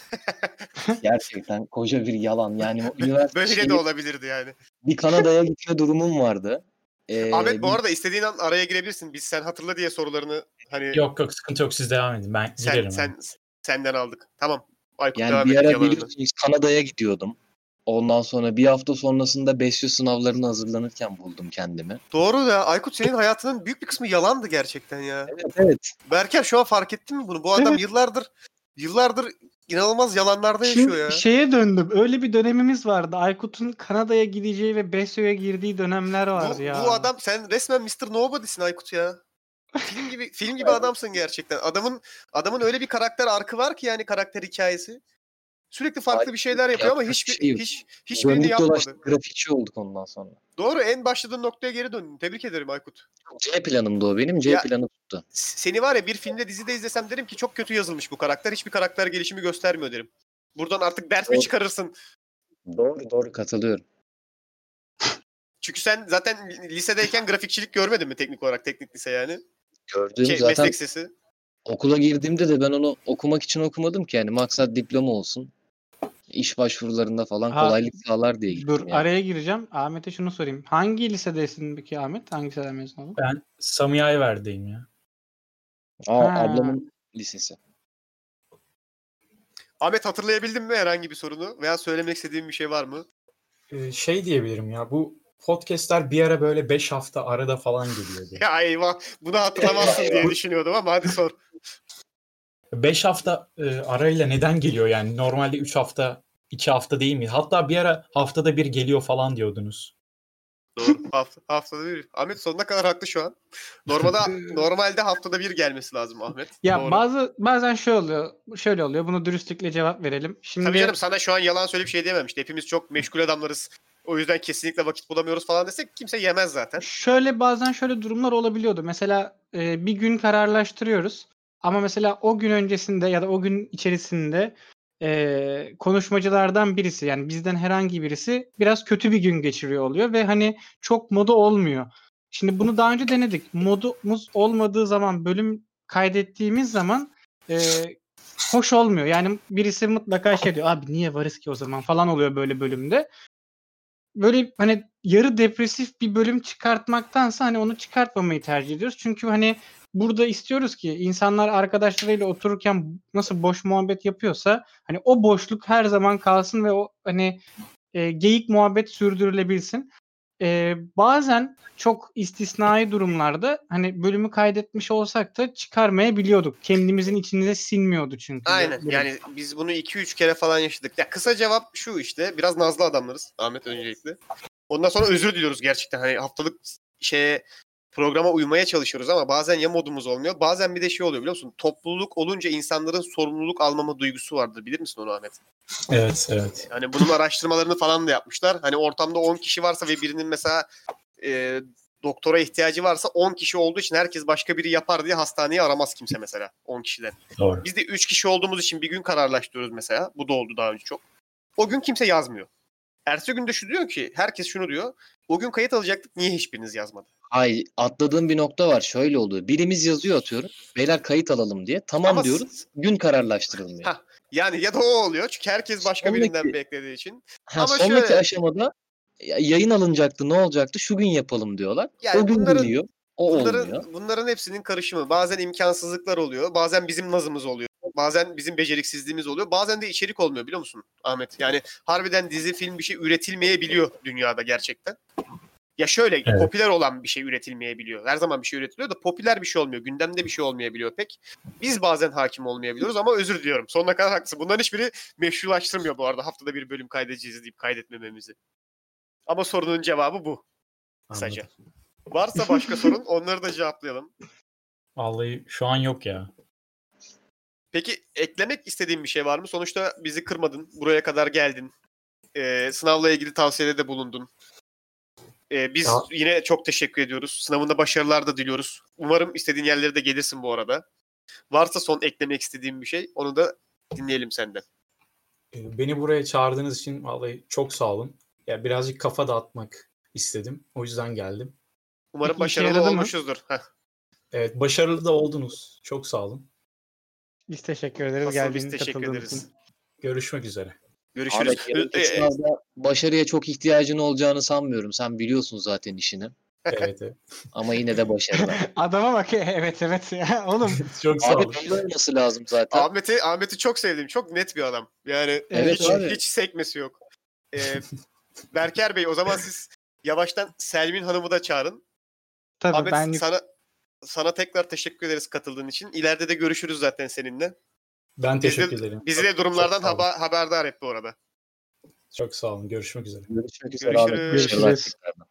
C: Gerçekten koca bir yalan. Yani o üniversite
A: Böyle şey de
C: şeyi-
A: olabilirdi yani.
C: bir Kanada'ya gitme durumum vardı. Ee,
A: Ahmet bu
C: bir-
A: arada istediğin an araya girebilirsin. Biz sen hatırla diye sorularını hani
D: Yok yok sıkıntı yok siz devam edin. Ben
A: sen,
D: girerim.
A: sen senden aldık. Tamam. Aykut
C: Yani
A: devam
C: bir
A: et
C: ara
A: yalanını.
C: biliyorsunuz Kanada'ya gidiyordum. Ondan sonra bir hafta sonrasında BESYO sınavlarına hazırlanırken buldum kendimi.
A: Doğru da Aykut senin hayatının büyük bir kısmı yalandı gerçekten ya.
C: Evet evet.
A: Berker şu an fark ettin mi bunu? Bu adam
B: Evet.
A: yıllardır yıllardır inanılmaz yalanlarda yaşıyor
B: Şimdi
A: ya.
B: şeye döndüm. Öyle bir dönemimiz vardı. Aykut'un Kanada'ya gideceği ve BESÖ'ye girdiği dönemler vardı
A: bu,
B: ya.
A: bu adam sen resmen Mr. Nobody'sin Aykut ya. Film gibi film gibi adamsın gerçekten. Adamın adamın öyle bir karakter arkı var ki yani karakter hikayesi. Sürekli farklı bir şeyler yapıyor ama
C: Yapacak
A: hiçbir
C: bir şey yok.
A: hiç hiçbirini
C: Döndük
A: yapmadı.
C: dolaştık grafikçi olduk ondan sonra.
A: Doğru en başladığın noktaya geri döndün. Tebrik ederim Aykut.
C: C planımdı o benim. C
A: Ya-
C: planı tuttu.
A: S- Seni var ya bir filmde dizide izlesem derim ki çok kötü yazılmış bu karakter. Hiçbir karakter gelişimi göstermiyor derim. Buradan artık ders mi
C: Doğru.
A: çıkarırsın?
C: Doğru doğru katılıyorum.
A: Çünkü sen zaten li- lisedeyken grafikçilik görmedin mi teknik olarak teknik lise yani?
C: Gördüğüm
A: Şey,
C: zaten
A: meslek lisesi.
C: okula girdiğimde de ben onu okumak için okumadım ki. Yani maksat diploma olsun. İş başvurularında falan
B: Ha,
C: kolaylık sağlar diye gittim.
B: Dur
C: yani.
B: araya gireceğim. Ahmet'e şunu sorayım. Hangi lisedesin peki Ahmet? Hangi liseden mezun oldun?
D: Ben Samiye Ayver'deyim ya.
C: Aa,
B: Ha.
C: ablamın lisesi.
A: Ahmet hatırlayabildin mi herhangi bir sorunu veya söylemek istediğin bir şey var mı?
D: Ee, şey diyebilirim ya bu podcastler bir ara böyle 5 hafta arada falan geliyordu.
A: Ya eyvah bunu hatırlamazsın diye düşünüyordum ama hadi sor.
D: 5 hafta e, arayla neden geliyor yani? Normalde 3 hafta, 2 hafta değil mi? Hatta bir ara haftada bir geliyor falan diyordunuz.
A: Doğru. Haft- haftada bir. Ahmet sonuna kadar haklı şu an. Normalde normalde haftada bir gelmesi lazım Ahmet.
B: Ya
A: Doğru.
B: bazı bazen şey oluyor. Şöyle oluyor. Bunu dürüstlükle cevap verelim. Şimdi
A: Tabii canım sana şu an yalan söyleyip şey diyemem. İşte hepimiz çok meşgul adamlarız. O yüzden kesinlikle vakit bulamıyoruz falan desek kimse yemez zaten.
B: şöyle bazen şöyle durumlar olabiliyordu. Mesela e, bir gün kararlaştırıyoruz. Ama mesela o gün öncesinde ya da o gün içerisinde e, konuşmacılardan birisi yani bizden herhangi birisi biraz kötü bir gün geçiriyor oluyor ve hani çok modu olmuyor. Şimdi bunu daha önce denedik. Modumuz olmadığı zaman bölüm kaydettiğimiz zaman e, hoş olmuyor. Yani birisi mutlaka şey diyor abi niye varız ki o zaman falan oluyor böyle bölümde. Böyle hani yarı depresif bir bölüm çıkartmaktansa hani onu çıkartmamayı tercih ediyoruz. Çünkü hani burada istiyoruz ki insanlar arkadaşlarıyla otururken nasıl boş muhabbet yapıyorsa hani o boşluk her zaman kalsın ve o hani e, geyik muhabbet sürdürülebilsin. E, bazen çok istisnai durumlarda hani bölümü kaydetmiş olsak da çıkarmayabiliyorduk. Kendimizin içinize sinmiyordu çünkü.
A: Aynen.
B: Bölüm.
A: Yani biz bunu 2-3 kere falan yaşadık. Ya kısa cevap şu işte. Biraz nazlı adamlarız Ahmet öncelikle. Ondan sonra özür diliyoruz gerçekten. Hani haftalık şeye programa uymaya çalışıyoruz ama bazen ya modumuz olmuyor. Bazen bir de şey oluyor biliyor musun? Topluluk olunca insanların sorumluluk almama duygusu vardır. Bilir misin onu Ahmet?
D: Evet, evet.
A: Hani bunun araştırmalarını falan da yapmışlar. Hani ortamda 10 kişi varsa ve birinin mesela e, doktora ihtiyacı varsa 10 kişi olduğu için herkes başka biri yapar diye hastaneyi aramaz kimse mesela 10 kişiden.
D: Doğru.
A: Biz de 3 kişi olduğumuz için bir gün kararlaştırıyoruz mesela. Bu da oldu daha önce çok. O gün kimse yazmıyor. Ertesi gün de şu diyor ki herkes şunu diyor. O gün kayıt alacaktık niye hiçbiriniz yazmadı?
C: Ay atladığım bir nokta var. Şöyle oluyor. Birimiz yazıyor atıyorum. Beyler kayıt alalım diye. Tamam
A: Ama s-
C: diyoruz. Gün kararlaştırılmıyor.
A: Ha, Yani ya da o oluyor çünkü herkes başka
C: Sonraki-
A: birinden beklediği için.
C: Ha,
A: ama
C: sonraki
A: şöyle-
C: aşamada ya- yayın alınacaktı. Ne olacaktı? Şu gün yapalım diyorlar.
A: Yani
C: o gün
A: bunların-
C: geliyor. O olmuyor.
A: Bunların, bunların hepsinin karışımı. Bazen imkansızlıklar oluyor. Bazen bizim nazımız oluyor. Bazen bizim beceriksizliğimiz oluyor. Bazen de içerik olmuyor biliyor musun Ahmet? Yani harbiden dizi film bir şey üretilmeyebiliyor dünyada gerçekten. Ya şöyle
D: Evet.
A: popüler olan bir şey üretilmeyebiliyor. Her zaman bir şey üretiliyor da popüler bir şey olmuyor. Gündemde bir şey olmayabiliyor pek. Biz bazen hakim olmayabiliyoruz ama özür diliyorum. Sonuna kadar haklısın. Bunların hiçbiri meşrulaştırmıyor bu arada. Haftada bir bölüm kaydedeceğiz deyip kaydetmememizi. Ama sorunun cevabı bu. Kısaca.
D: Anladım.
A: Varsa başka sorun onları da cevaplayalım.
D: Vallahi şu an yok ya.
A: Peki eklemek istediğin bir şey var mı? Sonuçta bizi kırmadın. Buraya kadar geldin. Ee, sınavla ilgili tavsiyede de bulundun. Ee, biz
D: Ya-
A: yine çok teşekkür ediyoruz. Sınavında başarılar da diliyoruz. Umarım istediğin yerlere de gelirsin bu arada. Varsa son eklemek istediğin bir şey onu da dinleyelim senden.
D: Ee, Beni buraya çağırdığınız için vallahi çok sağ olun. Ya birazcık kafa dağıtmak istedim. O yüzden geldim.
A: Umarım
B: Peki işe
A: başarılı
B: yaradı mı?
A: olmuşuzdur. Heh,
D: Evet başarılı da oldunuz. Çok sağ olun.
B: Biz teşekkür ederiz
A: asıl biz
B: geldiğiniz
A: teşekkür
B: katıldığınız
A: ederiz.
B: için.
D: Görüşmek üzere.
A: Görüşürüz.
C: Abi, yarınki
A: Ee, e,
C: sınavda başarıya çok ihtiyacın olacağını sanmıyorum. Sen biliyorsun zaten işini.
D: Evet, evet.
C: Ama yine de başarılar.
B: Adama bak evet evet ya oğlum.
D: çok sağ
C: Abi
D: olun.
C: böyle olması lazım zaten.
A: Ahmet'i Ahmet'i çok sevdim. Çok net bir adam. Yani
C: Evet
A: hiç
C: abi.
A: hiç sekmesi yok. Ee, Berker Bey o zaman siz yavaştan Selmin Hanım'ı da çağırın.
B: Tabii
A: Ahmet
B: ben
A: sana sana tekrar teşekkür ederiz katıldığın için. İleride de görüşürüz zaten seninle.
D: Ben
A: Bizi-
D: teşekkür ederim.
A: Bizi
D: Çok-
A: de
D: çok
A: durumlardan
D: sağ olun.
A: haba- haberdar et bu arada.
D: Çok sağ olun. Görüşmek üzere.
C: Görüşmek üzere abi.
A: Görüşürüz.
C: Başarılar
B: Görüşürüz.
C: tekrardan.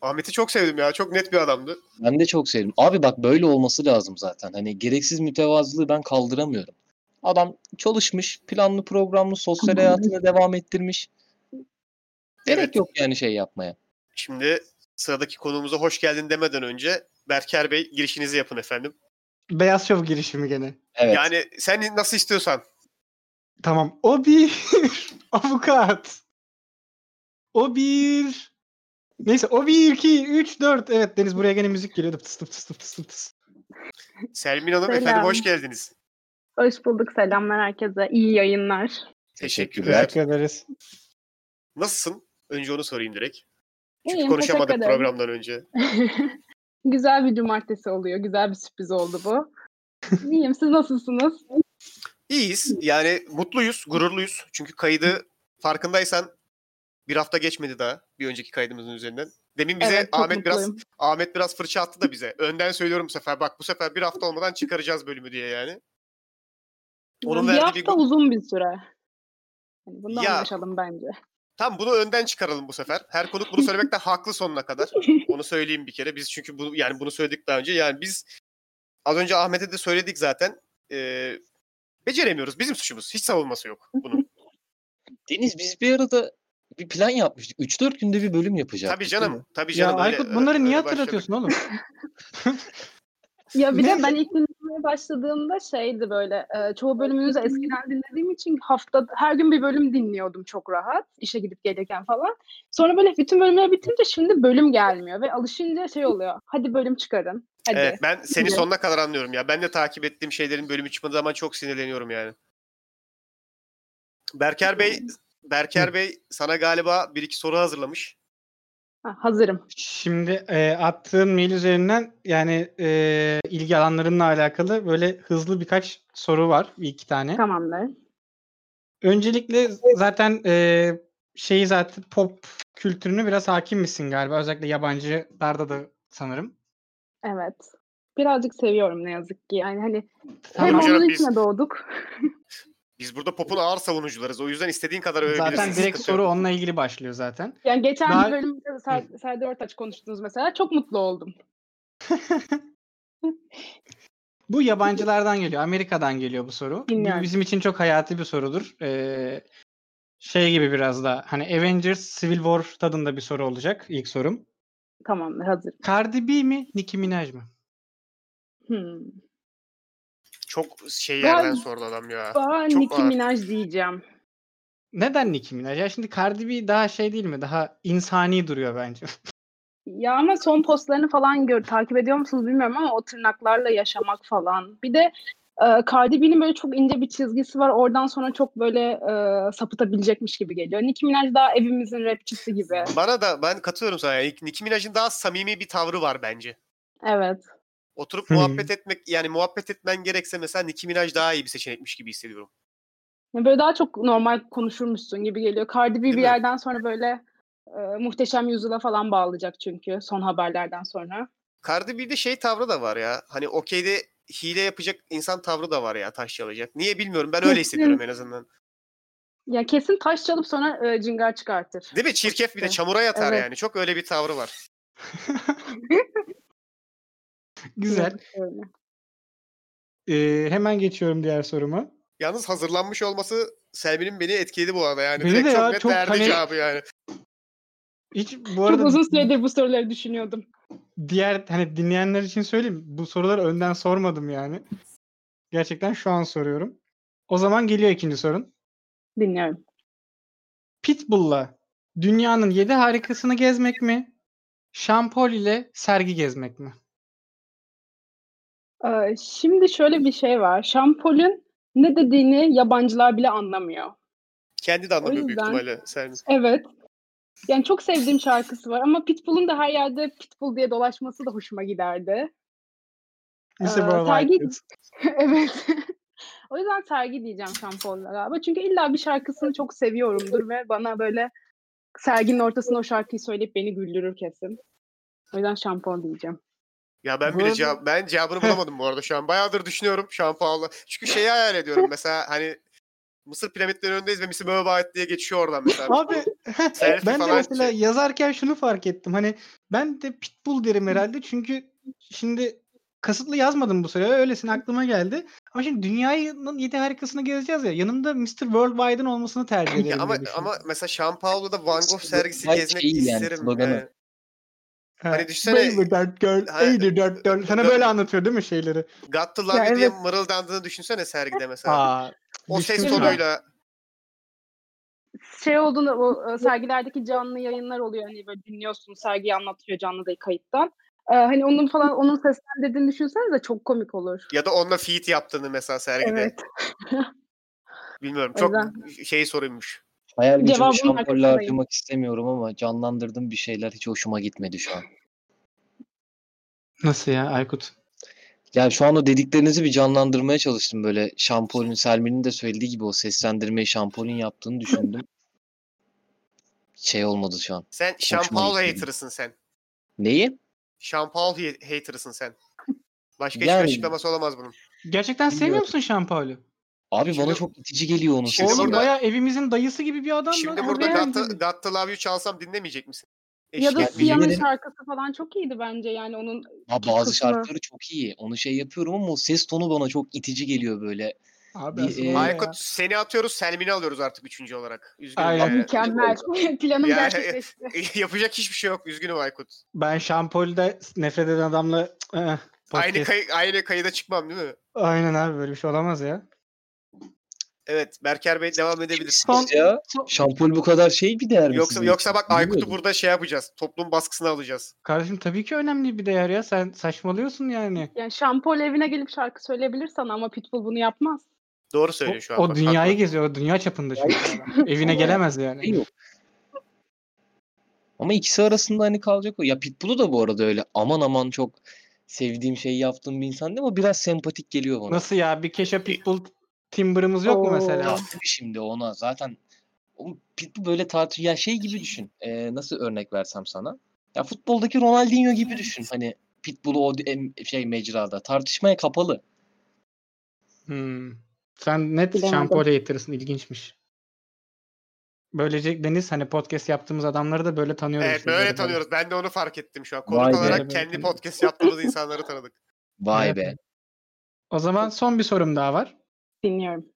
A: Ahmet'i çok sevdim ya. Çok net bir adamdı.
C: Ben de çok sevdim. Abi bak böyle olması lazım zaten. Hani gereksiz mütevazılığı ben kaldıramıyorum. Adam çalışmış, planlı programlı sosyal hayatını devam ettirmiş. Gerek
A: Evet.
C: yok yani şey yapmaya.
A: Şimdi sıradaki konuğumuza hoş geldin demeden önce Berker Bey girişinizi yapın efendim.
B: Beyaz Şov girişimi gene.
C: Evet.
A: Yani sen nasıl istiyorsan.
B: Tamam. O bir avukat. O bir Neyse o bir, iki, üç, dört. Evet Deniz buraya gene müzik geliyordu. Tıs tıs tıs tıs tıs tıs.
A: Selmin Hanım
E: Selam.
A: efendim hoş geldiniz.
E: Hoş bulduk. Selamlar herkese. İyi yayınlar.
A: Teşekkürler.
B: Teşekkür ederiz.
A: Nasılsın? Önce onu sorayım direkt. Çünkü
E: İyiyim,
A: konuşamadık
E: teşekkür ederim.
A: programdan önce.
E: Güzel bir cumartesi oluyor. Güzel bir sürpriz oldu bu. İyiyim. Siz nasılsınız?
A: İyiyiz. Yani mutluyuz, gururluyuz. Çünkü kaydı farkındaysan bir hafta geçmedi daha bir önceki kaydımızın üzerinden. Demin bize
E: evet, çok
A: Ahmet biraz
E: mutluyum.
A: Ahmet biraz fırça attı da bize. Önden söylüyorum bu sefer. Bak bu sefer bir hafta olmadan çıkaracağız bölümü diye yani. onun
E: bir
A: verdiği
E: hafta
A: bir gu-
E: uzun bir süre. Yani bunu
A: Ya.
E: anlaşalım bence.
A: Tam bunu önden çıkaralım bu sefer. Her konuk bunu söylemekte haklı sonuna kadar. Onu söyleyeyim bir kere. Biz çünkü bu yani bunu söyledik daha önce. Yani biz az önce Ahmet'e de söyledik zaten. Ee, beceremiyoruz. Bizim suçumuz. Hiç savunması yok bunun.
C: Deniz biz bir arada bir plan yapmıştık. 3-4 günde bir bölüm yapacaktık.
A: Tabii
C: değil mi?
A: canım. Tabii
B: Ya
A: canım. öyle-
B: Aykut bunları niye
A: öyle başladık.
B: hatırlatıyorsun oğlum?
E: Ya bir
B: Ne?
E: de ben ilk dinlemeye başladığımda şeydi böyle e, çoğu bölümünüzü eskiden dinlediğim için hafta her gün bir bölüm dinliyordum çok rahat işe gidip gelirken falan. Sonra böyle bütün bölümler bitince şimdi bölüm gelmiyor ve alışınca şey oluyor. Hadi bölüm çıkarın. Hadi.
A: Evet ben seni
E: Hadi.
A: sonuna kadar anlıyorum ya. Ben de takip ettiğim şeylerin bölümü çıkmadığı zaman çok sinirleniyorum yani. Berker Bey Berker Bey sana galiba bir iki soru hazırlamış.
E: Ha, hazırım.
B: Şimdi e, attığın mail üzerinden yani e, ilgi alanlarınla alakalı böyle hızlı birkaç soru var. Bir iki tane.
E: Tamamdır.
B: Öncelikle zaten e, şeyi zaten pop kültürünü biraz hakim misin galiba. Özellikle yabancılarda da sanırım.
E: Evet. Birazcık seviyorum ne yazık ki. Yani hani hem
B: Tamam.
A: Hocam
E: onun
A: biz-
E: içine doğduk.
A: Biz burada popun ağır savunucularız. O yüzden istediğin kadar övebilirsin.
B: Zaten direkt
A: sıkıntı yok.
B: soru onunla ilgili başlıyor zaten.
E: Yani geçen
B: Daha-
E: bir bölümde Ser, Serdar Ortaç konuştunuz mesela. Çok mutlu oldum.
B: Bu yabancılardan geliyor. Amerika'dan geliyor bu soru. Bu
E: Dinliyorum.
B: bizim için çok hayati bir sorudur. E, şey gibi biraz da hani Avengers Civil War tadında bir soru olacak ilk sorum.
E: Tamamdır hazır.
B: Cardi B mi Nicki Minaj mı?
E: Hmm.
A: Çok şey yerden
E: Ben-
A: sordu adam ya.
E: Ben
A: Çok
E: Nicki
A: ağır.
E: Minaj diyeceğim.
B: Neden Nicki Minaj? Ya şimdi Cardi B daha şey değil mi? Daha insani duruyor bence.
E: Ya ama son postlarını falan gör, takip ediyor musunuz bilmiyorum ama o tırnaklarla yaşamak falan. Bir de e, Cardi B'nin böyle çok ince bir çizgisi var. Oradan sonra çok böyle e, sapıtabilecekmiş gibi geliyor. Nicki Minaj daha evimizin rapçisi gibi.
A: Bana da ben katılıyorum sana. Yani Nicki Minaj'ın daha samimi bir tavrı var bence.
E: Evet.
A: Oturup
B: Hmm.
A: muhabbet etmek yani muhabbet etmen gerekse mesela Nicki Minaj daha iyi bir seçenekmiş gibi hissediyorum.
E: Yani Böyle daha çok normal konuşurmuşsun gibi geliyor. Cardi B bir
A: mi?
E: yerden sonra böyle e, muhteşem yüzyıla falan bağlayacak çünkü son haberlerden sonra.
A: Cardi B'de şey tavrı da var ya. Hani okeyde hile yapacak insan tavrı da var ya taş çalacak. Niye bilmiyorum. Ben öyle hissediyorum en azından.
E: Ya kesin taş çalıp sonra e, cingar çıkartır.
A: Değil mi? Çirkef bir de çamura yatar
E: Evet.
A: yani. Çok öyle bir tavrı var.
B: Güzel.
E: Öyle.
B: Ee, hemen geçiyorum diğer soruma.
A: Yalnız hazırlanmış olması Selmi'nin beni etkiledi bu arada yani.
B: Beni
A: Direkt
B: de
A: çok
B: ya,
A: net
B: çok
A: verdi
B: hani-
A: cevabı yani.
B: Hiç bu
E: Çok
B: arada
E: uzun süredir bu soruları düşünüyordum.
B: diğer hani dinleyenler için söyleyeyim. Bu soruları önden sormadım yani. Gerçekten şu an soruyorum. O zaman geliyor ikinci sorun.
E: Dinliyorum.
B: Pitbull'la dünyanın yedi harikasını gezmek mi? Şampol ile sergi gezmek mi?
E: Ee, şimdi şöyle bir şey var. Şampolün ne dediğini yabancılar bile anlamıyor.
A: Kendi de anlamıyor büyük
E: yüzden-
A: ihtimalle Selmi.
E: Evet. Yani çok sevdiğim şarkısı var ama Pitbull'un da her yerde Pitbull diye dolaşması da hoşuma giderdi.
B: Lise
E: Ee,
B: Bravo
E: sergi-
B: Herkes.
E: evet. o yüzden sergi diyeceğim şampuanla galiba. Çünkü illa bir şarkısını çok seviyorumdur ve bana böyle serginin ortasında o şarkıyı söyleyip beni güldürür kesin. O yüzden şampuan diyeceğim.
A: Ya ben
B: Bu
A: bile
B: arada-
A: cevap, ben cevabını bulamadım bu arada şu an. Bayağıdır düşünüyorum şampuanla. Çünkü şeyi hayal ediyorum mesela hani Mısır piramitlerinin önündeyiz ve Mısır Möbaat diye geçiyor oradan mesela.
B: Abi
A: Selfie
B: e, ben de
A: falan
B: mesela
A: çek.
B: yazarken şunu fark ettim. Hani ben de Pitbull derim herhalde çünkü şimdi kasıtlı yazmadım bu sefer. Öylesine aklıma geldi. Ama şimdi dünyanın yedi harikasını gezeceğiz ya. Yanımda Mr. Worldwide'ın olmasını tercih ederim.
A: Ya
B: diye
A: ama
B: düşündüm.
A: ama mesela Şan Paulo'da Van Gogh sergisi
C: Belki
A: gezmek
C: iyi yani,
A: isterim. Ee,
C: sloganı.
A: yani.
B: Ha.
A: hani düşünsene-
B: Baby that girl,
A: Ha, e,
B: baby that girl. Sana
A: dö-
B: böyle anlatıyor değil mi şeyleri?
A: Got to love
E: Ya
A: you diye
E: evet.
A: mırıldandığını düşünsene sergide mesela.
B: Aa,
A: o ses
B: düşündüm ben.
A: tonuyla.
E: Şey olduğunda o e, sergilerdeki canlı yayınlar oluyor hani böyle dinliyorsun sergiyi anlatıyor canlı da kayıttan. Ee, hani onun falan onun seslendirdiğini düşünsenize çok komik olur.
A: Ya da onunla feat yaptığını mesela sergide.
E: Evet.
A: Bilmiyorum
E: O
A: çok şey soruymuş.
C: Hayal gücümü
E: Cevabının
C: şampolle
E: arkasındayım.
C: harcamak istemiyorum ama canlandırdığım bir şeyler hiç hoşuma gitmedi şu an.
B: Nasıl ya Aykut?
C: Yani şu an o dediklerinizi bir canlandırmaya çalıştım böyle. Şampolün, Selmi'nin de söylediği gibi o seslendirmeyi Şampolün yaptığını düşündüm. Şey olmadı şu an.
A: Sen Sean
C: Hoşuma
A: Paul
C: gitmedi.
A: hater'ısın sen.
C: Neyi?
A: Sean Paul he- hater'ısın sen. Başka hiçbir
C: Yani-
A: açıklaması olamaz bunun.
B: Gerçekten sevmiyor
C: Bilmiyorum.
B: musun Şampolü?
C: Abi bana
A: Şimdi-
C: çok itici geliyor onun
A: Şimdi
C: sesi.
B: Oğlum
A: burada-
B: bayağı evimizin dayısı gibi bir adam lan.
A: Şimdi
B: Ha,
A: burada
B: beğendim.
A: Got to, Got to Love You çalsam dinlemeyecek misin?
E: Ya da
A: Eşlik-
C: Siyah-
E: Siyan'ın
C: ederim.
E: şarkısı falan çok iyiydi bence yani onun
C: Ha,
E: iki
C: bazı
E: kısmı.
C: şarkıları çok iyi. Onu şey yapıyorum ama o ses tonu bana çok itici geliyor böyle.
B: Abi
C: Bir,
B: aslında
C: e,
B: öyle ya.
A: Aykut seni atıyoruz Selmin'i alıyoruz artık üçüncü olarak. Üzgünüm.
B: Aynen.
A: yani.
E: Mükemmel. Planım
A: Ya-
E: gerçekleşti.
A: Yapacak hiçbir şey yok. Üzgünüm Aykut.
B: Ben Şampolü'de nefret eden adamla cık, ıh, podcast-
A: Aynı, kay- aynı kayıda çıkmam değil mi?
B: Aynen abi böyle bir şey olamaz ya.
A: Evet Berker Bey devam edebilir.
B: Son-
C: Ya,
B: son-
C: şampol bu kadar şey bir değer mi
A: Yoksa
C: sizin
A: yoksa
C: için?
A: bak Aykut'u
C: Bilmiyorum.
A: burada şey yapacağız. Toplum baskısına alacağız.
B: Kardeşim tabii ki önemli bir değer ya. Sen saçmalıyorsun yani.
E: Yani şampol evine gelip şarkı söyleyebilir sana ama Pitbull bunu yapmaz.
A: Doğru
B: O,
A: söylüyor şu an.
B: o
A: bak,
B: dünyayı
A: haklı.
B: geziyor. O dünya çapında çünkü. Evine
C: Ama-
B: gelemez
C: şey
B: yani.
C: yok. Ama ikisi arasında hani kalacak o. Ya Pitbull'u da bu arada öyle aman aman çok sevdiğim şeyi yaptığım bir insan değil ama biraz sempatik geliyor bana.
B: Nasıl ya? Bir Keşa Pitbull Timber'ımız yok mu
E: Oo.
B: mesela?
C: Ya tabii şimdi ona zaten o Pitbull böyle tartı ya şey gibi düşün. Ee, nasıl örnek versem sana? Ya futboldaki Ronaldinho gibi düşün. Hani Pitbull'u o em- şey mecrada tartışmaya kapalı.
B: Hmm. Sen net
E: Bilemedim.
B: şampol hatersın. ilginçmiş. Böylece Deniz hani podcast yaptığımız adamları da böyle tanıyoruz.
A: Evet
B: işte,
A: böyle
B: böyle-
A: tanıyoruz. Ben de onu fark ettim şu an.
C: Vay
A: Konuk
C: be.
A: olarak
B: Böyle
A: kendi
B: böyle.
A: podcast yaptığımız insanları tanıdık.
C: Vay
B: Evet.
C: be.
B: O zaman son bir sorum daha var.
E: Dinliyorum.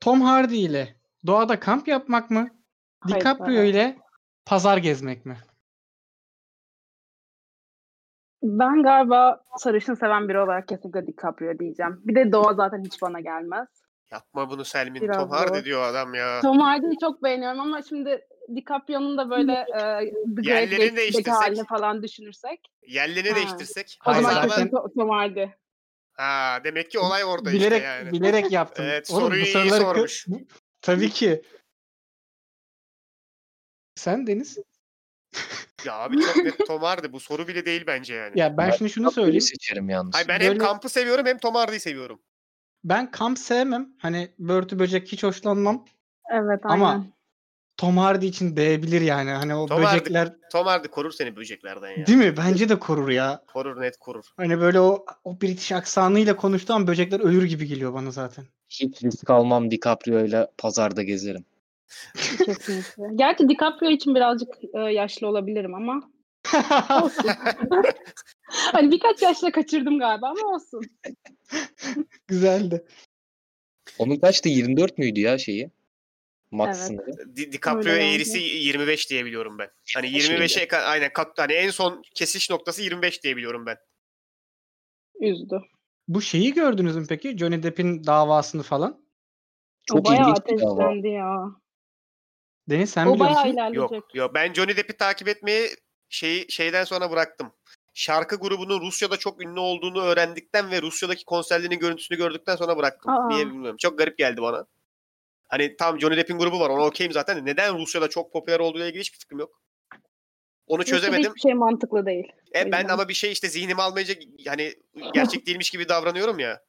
B: Tom Hardy ile doğada kamp yapmak mı?
E: Hayda.
B: DiCaprio ile pazar gezmek mi?
E: Ben galiba sarışın seven biri olarak kesinlikle DiCaprio diyeceğim. Bir de doğa zaten hiç bana gelmez.
A: Yapma bunu Selmin.
E: Biraz
A: Tom Hardy
E: zor.
A: diyor adam ya.
E: Tom Hardy'yi çok beğeniyorum ama şimdi DiCaprio'nun da böyle e, The Great
A: Yerlerini
E: Gatsby'deki
A: değiştirsek.
E: halini falan düşünürsek
A: Yerlerini
E: Ha.
A: değiştirsek.
E: o
B: Hayır,
E: zaman
A: pazarda-
E: kesin To- Tom Hardy.
A: Ha, demek ki olay orada
B: bilerek
A: işte yani.
B: bilerek yaptım.
A: Evet,
B: Oğlum, bu
A: soruyu iyi
B: soruları kı-
A: sormuş.
B: bu- Tabii ki. Sen Deniz?
A: Ya abi çok net Tom Hardy. Bu soru bile değil bence yani.
B: Ya ben
C: Ben
B: şimdi şunu
C: DiCaprio'yu
B: söyleyeyim.
C: seçerim yalnız.
A: Hayır ben hem
B: böyle-
A: kampı seviyorum hem Tom Hardy'yi seviyorum.
B: ben kamp sevmem. Hani börtü böcek hiç hoşlanmam.
E: Evet aynen.
B: Ama Tom Hardy için değebilir yani. Hani o
A: Tom Hardy-
B: böcekler
A: Tom Hardy korur seni böceklerden ya.
B: değil mi? Bence de korur ya.
A: Korur net korur.
B: Hani böyle o, o British aksanıyla konuştuğu an böcekler ölür gibi geliyor bana zaten.
C: Hiç risk almam DiCaprio ile pazarda gezerim.
E: Kesinlikle. Gerçi DiCaprio için birazcık e, yaşlı olabilirim ama olsun. hani birkaç yaşla kaçırdım galiba ama olsun.
B: Güzeldi.
C: Onun kaçtı? 24 müydü ya şeyi? Max
E: Evet.
C: sınırı.
A: Di DiCaprio
E: Öyle bence.
A: eğrisi 25 diye biliyorum ben. Hani
C: O şeyde.
A: 25'e ka- aynen kat hani en son kesiş noktası 25 diye biliyorum ben.
E: Üzdü.
B: Bu şeyi gördünüz mü peki? Johnny Depp'in davasını falan.
E: o
C: Çok
E: bayağı
C: ilginç bir dava.
E: ateşlendi ya.
B: Deniz sen
E: O
B: biliyor
E: bayağı
B: musun?
E: ilerleyecek.
A: Yok. Yok ben Johnny Depp'i takip etmeyi şey şeyden sonra bıraktım. Şarkı grubunun Rusya'da çok ünlü olduğunu öğrendikten ve Rusya'daki konserlerinin görüntüsünü gördükten sonra bıraktım.
E: Aa.
A: Niye bilmiyorum. Çok garip geldi bana. Hani tam Johnny Depp'in grubu var ona okeyim zaten. de Neden Rusya'da çok popüler olduğuyla ilgili hiçbir fikrim yok. Onu
E: Rusya'da
A: çözemedim.
E: Hiçbir şey mantıklı değil.
A: E ben
E: Aynen.
A: ama bir şey işte zihnimi almayınca yani gerçek değilmiş gibi davranıyorum ya.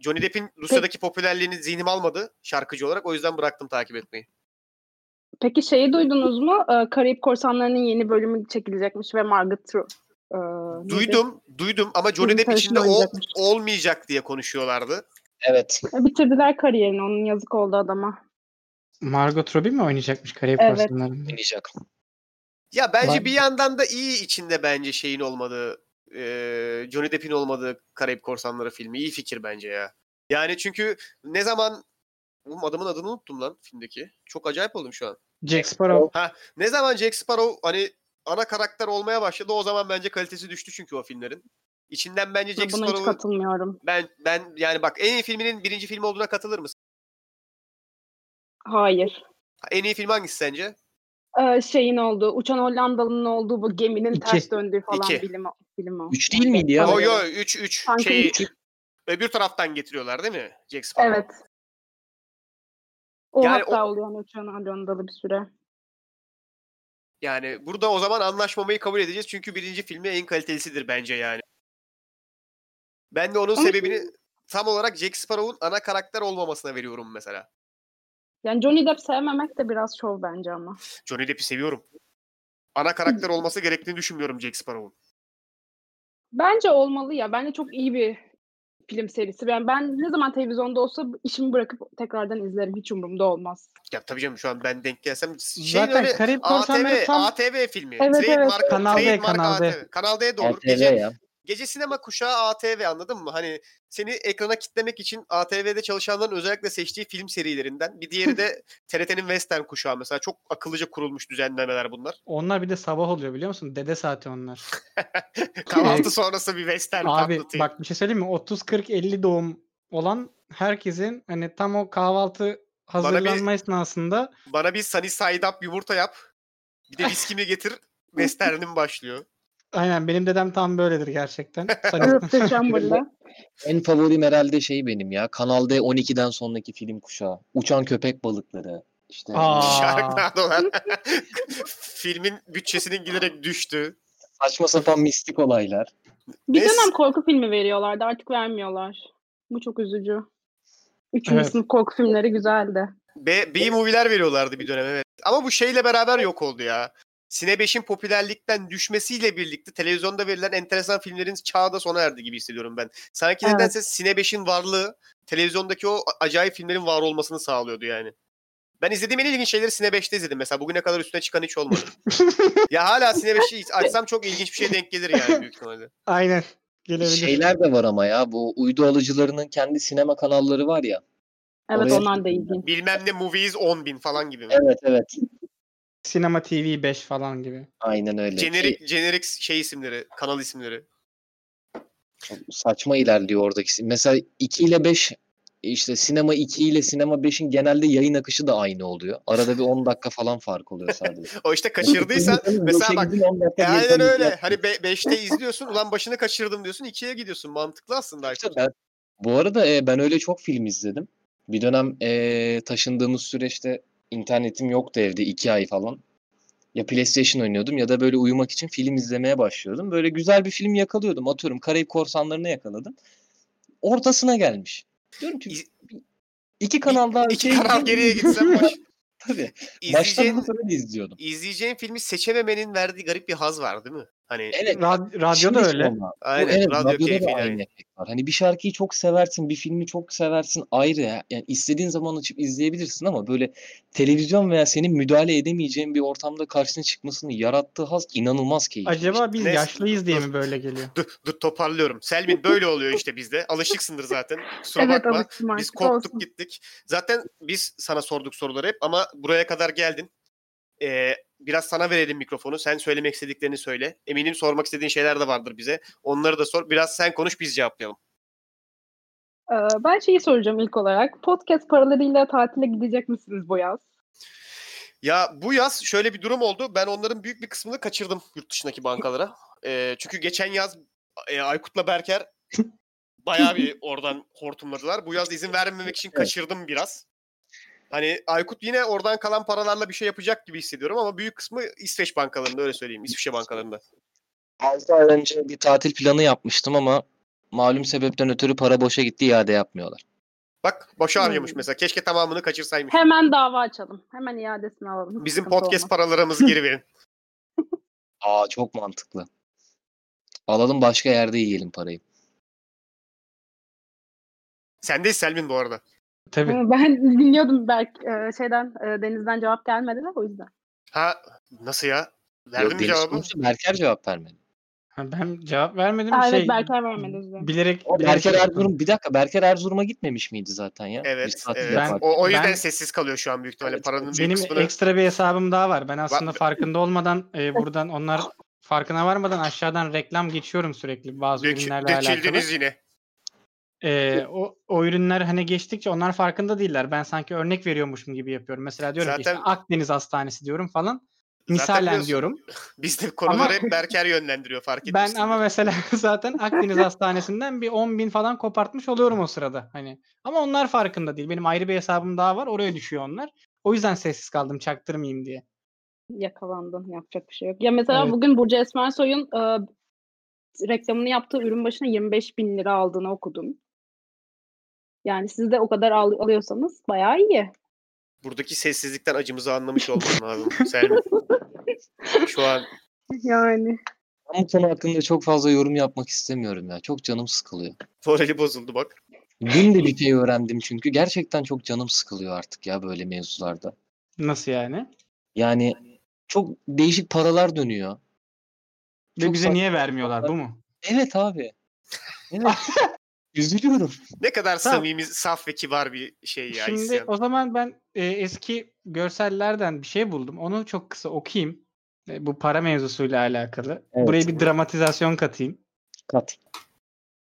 A: Johnny Depp'in Rusya'daki popülerliğini zihnim almadı şarkıcı olarak. O yüzden bıraktım takip etmeyi.
E: Peki şeyi duydunuz mu? Ee, Karayip Korsanları'nın yeni bölümü çekilecekmiş ve Margaret Ro- ee, neydi?
A: Duydum, duydum ama Johnny
E: Bizim
A: Depp içinde
E: karşına
A: o
E: oynayacakmış.
A: olmayacak diye konuşuyorlardı.
C: Evet.
E: E, Bitirdiler kariyerini. Onun yazık oldu adama.
B: Margot Robbie mi oynayacakmış Karayip
E: Evet.
B: Korsanları'nda?
C: Oynayacak.
A: Ya bence
B: Ben-
A: bir yandan da iyi içinde bence şeyin olmadığı, eee Johnny Depp'in olmadığı Karayip Korsanları filmi. iyi fikir bence ya. Yani çünkü ne zaman Oğlum adamın adını unuttum lan filmdeki. Çok acayip oldum şu an.
B: Jack Sparrow.
A: Ha, ne zaman Jack Sparrow hani ana karakter olmaya başladı o zaman bence kalitesi düştü çünkü o filmlerin. İçinden bence Jack
E: Buna hiç
A: Sparrow'u
E: katılmıyorum.
A: ben ben yani bak en iyi filminin birinci filmi olduğuna katılır mısın?
E: Hayır.
A: En iyi film hangisi sence?
E: Ee, şeyin olduğu, Uçan Hollandalı'nın olduğu bu geminin
B: İki.
E: ters döndüğü falan
A: İki.
E: bilim, bilim o.
C: Üç değil miydi ya?
E: Bana
A: Yo
E: göre.
A: yo 3 3
E: Sanki
A: şey
E: üç.
A: öbür taraftan getiriyorlar değil mi? Jack Sparrow.
E: Evet. O
A: Yani
E: hatta
A: o-
E: oluyor yani Uçan Hollandalı bir süre.
A: Yani burada o zaman anlaşmamayı kabul edeceğiz çünkü birinci filmi en kalitelisidir bence yani. Ben de onun
E: Ama-
A: sebebini tam olarak Jack Sparrow'un ana karakter olmamasına veriyorum mesela.
E: Yani Johnny Depp sevmemek de biraz şov bence ama.
A: Johnny Depp'i seviyorum. Ana karakter olması gerektiğini düşünmüyorum Jack Sparrow'un.
E: Bence olmalı ya. Bence çok iyi bir film serisi. Ben, ben ne zaman televizyonda olsa işimi bırakıp tekrardan izlerim. Hiç umurumda olmaz.
A: Ya tabii canım şu an ben denk gelsem şey şeyin
B: Zaten
A: öyle
B: Karayip Korsanları
A: ATV,
B: tam
A: ATV filmi.
E: Evet, evet.
A: Trademark-
B: Kanal D,
A: Trademark
B: Kanal D.
A: ATV. Kanal D'ye de olur.
C: ATV
A: Gece,
C: ya.
A: gece sinema kuşağı ATV anladın mı? Hani seni ekrana kitlemek için ATV'de çalışanların özellikle seçtiği film serilerinden. Bir diğeri de TRT'nin Western kuşağı mesela. Çok akıllıca kurulmuş düzenlemeler bunlar.
B: Onlar bir de sabah oluyor biliyor musun? Dede saati onlar.
A: Kahvaltı sonrası bir Western
B: Ee, Abi
A: patlatayım.
B: bak bir şey söyleyeyim mi? 30 40 50 doğum olan herkesin hani tam o kahvaltı
A: bir-
B: hazırlanma esnasında
A: Bana bir sunny side up yumurta yap. Bir de viskimi getir. Western'im başlıyor.
B: aynen benim dedem tam böyledir gerçekten. Hani
E: Rıfkı Chamberlain.
C: En favorim herhalde şey benim ya. Kanal D 12'den sonraki film kuşağı. Uçan köpek balıkları. İşte
B: Aa.
A: Şarkılar Filmin bütçesinin giderek düştü.
C: saçma sapan mistik olaylar.
E: Bir
A: Neyse.
E: dönem korku filmi veriyorlardı. Artık vermiyorlar. Bu çok üzücü. Üçüncü
B: Evet.
E: sınıf korku filmleri güzeldi.
A: B, B movie'ler veriyorlardı bir dönem evet. Ama bu şeyle beraber yok oldu ya. Sine 5'in popülerlikten düşmesiyle birlikte televizyonda verilen enteresan filmlerin çağı da sona erdi gibi hissediyorum ben. Sanki
E: Evet.
A: nedense Sine 5'in varlığı televizyondaki o acayip filmlerin var olmasını sağlıyordu yani. Ben izlediğim en ilginç şeyleri Sine 5'te izledim mesela. Bugüne kadar üstüne çıkan hiç olmadı. ya hala Sine 5'i açsam çok ilginç bir şey denk gelir yani büyük ihtimalle.
B: aynen gelebilir.
C: Şeyler de var ama ya. Bu uydu alıcılarının kendi sinema kanalları var ya.
E: Evet
C: Oraya-
E: onlar da ilginç.
A: Bilmem ne movies 10.000 falan gibi. mi?
C: Evet evet.
B: Sinema TV 5 falan gibi.
C: Aynen öyle. Şey,
A: Jenerik, jenerik şey isimleri, kanal isimleri.
C: Şey, çok saçma ilerliyor oradaki. Mesela 2 ile 5 işte sinema 2 ile sinema 5'in genelde yayın akışı da aynı oluyor. Arada bir 10 dakika falan fark oluyor sadece.
A: O işte kaçırdıysan mesela bak e, aynen öyle. Hani 5'te izliyorsun ulan başını kaçırdım diyorsun 2'ye gidiyorsun. Mantıklı aslında. Aykut.
C: Ben, bu arada e, ben öyle çok film izledim. Bir dönem e, taşındığımız süreçte internetim yoktu evde 2 ay falan. Ya PlayStation oynuyordum ya da böyle uyumak için film izlemeye başlıyordum. Böyle güzel bir film yakalıyordum. Atıyorum Karayip Korsanları'nı yakaladım. Ortasına gelmiş. Diyorum ki
A: İz-
C: iki kanal daha
A: İki
C: şey-
A: kanal geriye gitsem baş,
C: Tabii. Baştan
A: izleyeceğin,
C: sonra izliyordum.
A: izleyeceğin filmi seçememenin verdiği garip bir haz var değil mi? Hani
C: Evet.
B: Rad- radyo da
C: Şey, şimdi
B: öyle.
C: sonra-
A: aynen
C: Bu evet,
A: radyo
C: radyoda da
A: keyfiyle.
C: aynı
A: aynı.
C: efekt var. Hani bir şarkıyı çok seversin, bir filmi çok seversin ayrı. ya. Yani istediğin zaman açıp izleyebilirsin ama böyle televizyon veya senin müdahale edemeyeceğin bir ortamda karşına çıkmasını yarattığı haz inanılmaz keyifli. şey.
B: Acaba biz
A: Neyse,
B: yaşlıyız diye
A: dur.
B: mi böyle geliyor?
A: Dur, dur toparlıyorum. Selmin böyle oluyor işte bizde. Alışıksındır zaten. Kusura
E: Evet
A: bakma.
E: alıştım artık.
A: Biz korktuk
E: olsun.
A: gittik. Zaten biz sana sorduk soruları hep ama buraya kadar geldin. Ee, biraz sana verelim mikrofonu. Sen söylemek istediklerini söyle. Eminim sormak istediğin şeyler de vardır bize. Onları da sor. Biraz sen konuş biz cevaplayalım.
E: Ee, ben şeyi soracağım ilk olarak. Podcast paralarıyla tatile gidecek misiniz bu yaz?
A: Ya bu yaz şöyle bir durum oldu. Ben onların büyük bir kısmını kaçırdım yurt dışındaki bankalara. Ee, çünkü geçen yaz e, Aykut'la Berker bayağı bir oradan hortumladılar. Bu yaz izin vermemek için kaçırdım biraz. Hani Aykut yine oradan kalan paralarla bir şey yapacak gibi hissediyorum ama büyük kısmı İsveç bankalarında öyle söyleyeyim. İsviçre bankalarında.
C: 6 ay önce bir tatil planı yapmıştım ama malum sebepten ötürü para boşa gitti iade yapmıyorlar.
A: Bak boşa harcamış
E: Hmm.
A: mesela. Keşke tamamını kaçırsaymış.
E: Hemen dava açalım. Hemen iadesini alalım. Hiç
A: Bizim
E: sıkıntı
A: podcast
E: olmaz.
A: paralarımızı geri verin.
C: Aa çok mantıklı. Alalım başka yerde yiyelim parayı.
A: Sendeyiz Selmin bu arada.
B: Tabii.
E: Ama Ben dinliyordum belki e, şeyden e, Deniz'den cevap gelmedi de o yüzden.
A: Ha nasıl ya?
C: Yok,
A: Verdin mi
C: Deniz
A: cevabı?
C: konuştu, Berker cevap vermedi.
B: Ha, Ben cevap vermedim.
E: Aa,
B: şey,
E: evet Berker vermedi o yüzden.
B: Bilerek,
C: O
B: bilerek şey
C: Berker
B: yaptım.
C: Erzurum bir dakika Berker Erzurum'a gitmemiş miydi zaten ya? Biz
A: Evet.
C: tatil
A: evet.
C: yaparken.
A: o, o yüzden
B: Ben-
A: sessiz kalıyor şu an büyük ihtimalle.
C: Evet,
A: Paranın büyük
B: Benim
A: kısmını...
B: ekstra bir hesabım daha var. Ben aslında
A: Bak-
B: farkında olmadan e, buradan onlar farkına varmadan aşağıdan reklam geçiyorum sürekli bazı
A: Dök,
B: ürünlerle alakalı.
A: döküldünüz yine.
B: E, o, o ürünler hani geçtikçe onlar farkında değiller. Ben sanki örnek veriyormuşum gibi yapıyorum. Mesela diyorum ki işte
A: Zaten-
B: Akdeniz Hastanesi diyorum falan.
A: Zaten
B: Misalen
A: biliyorsun,
B: diyorum.
A: Biz de konuları
B: Ama-
A: hep Berker yönlendiriyor fark
B: Ben
A: etmişsin.
B: ama mesela zaten Akdeniz Hastanesi'nden bir 10 bin falan kopartmış oluyorum o sırada. Hani ama onlar farkında değil. Benim ayrı bir hesabım daha var. Oraya düşüyor onlar. O yüzden sessiz kaldım çaktırmayayım diye.
E: Yakalandın. Yapacak bir şey yok. Ya mesela
B: Evet.
E: bugün Burcu Esmersoy'un e, reklamını yaptığı ürün başına 25 bin lira aldığını okudum. Yani siz de o kadar al- alıyorsanız bayağı iyi.
A: Buradaki sessizlikten acımızı anlamış olman lazım. Selmin. Şu an
E: Yani.
C: Ben bu konu hakkında çok fazla yorum yapmak istemiyorum ya. Çok canım sıkılıyor.
A: morali bozuldu bak.
C: Dün de bir şey öğrendim çünkü. Gerçekten çok canım sıkılıyor artık ya böyle mevzularda.
B: Nasıl yani?
C: Yani çok değişik paralar dönüyor.
B: Ve
C: Çok
B: bize
C: saçma.
B: niye vermiyorlar bu mu?
C: Evet abi. Evet. Üzülüyorum.
A: Ne kadar
B: Tamam.
A: samimi, saf ve kibar bir şey ya
B: Şimdi
A: isyan.
B: o zaman ben e, eski görsellerden bir şey buldum. Onu çok kısa okuyayım. E, bu para mevzusuyla alakalı.
C: Evet.
B: Buraya bir dramatizasyon katayım.
C: Kat.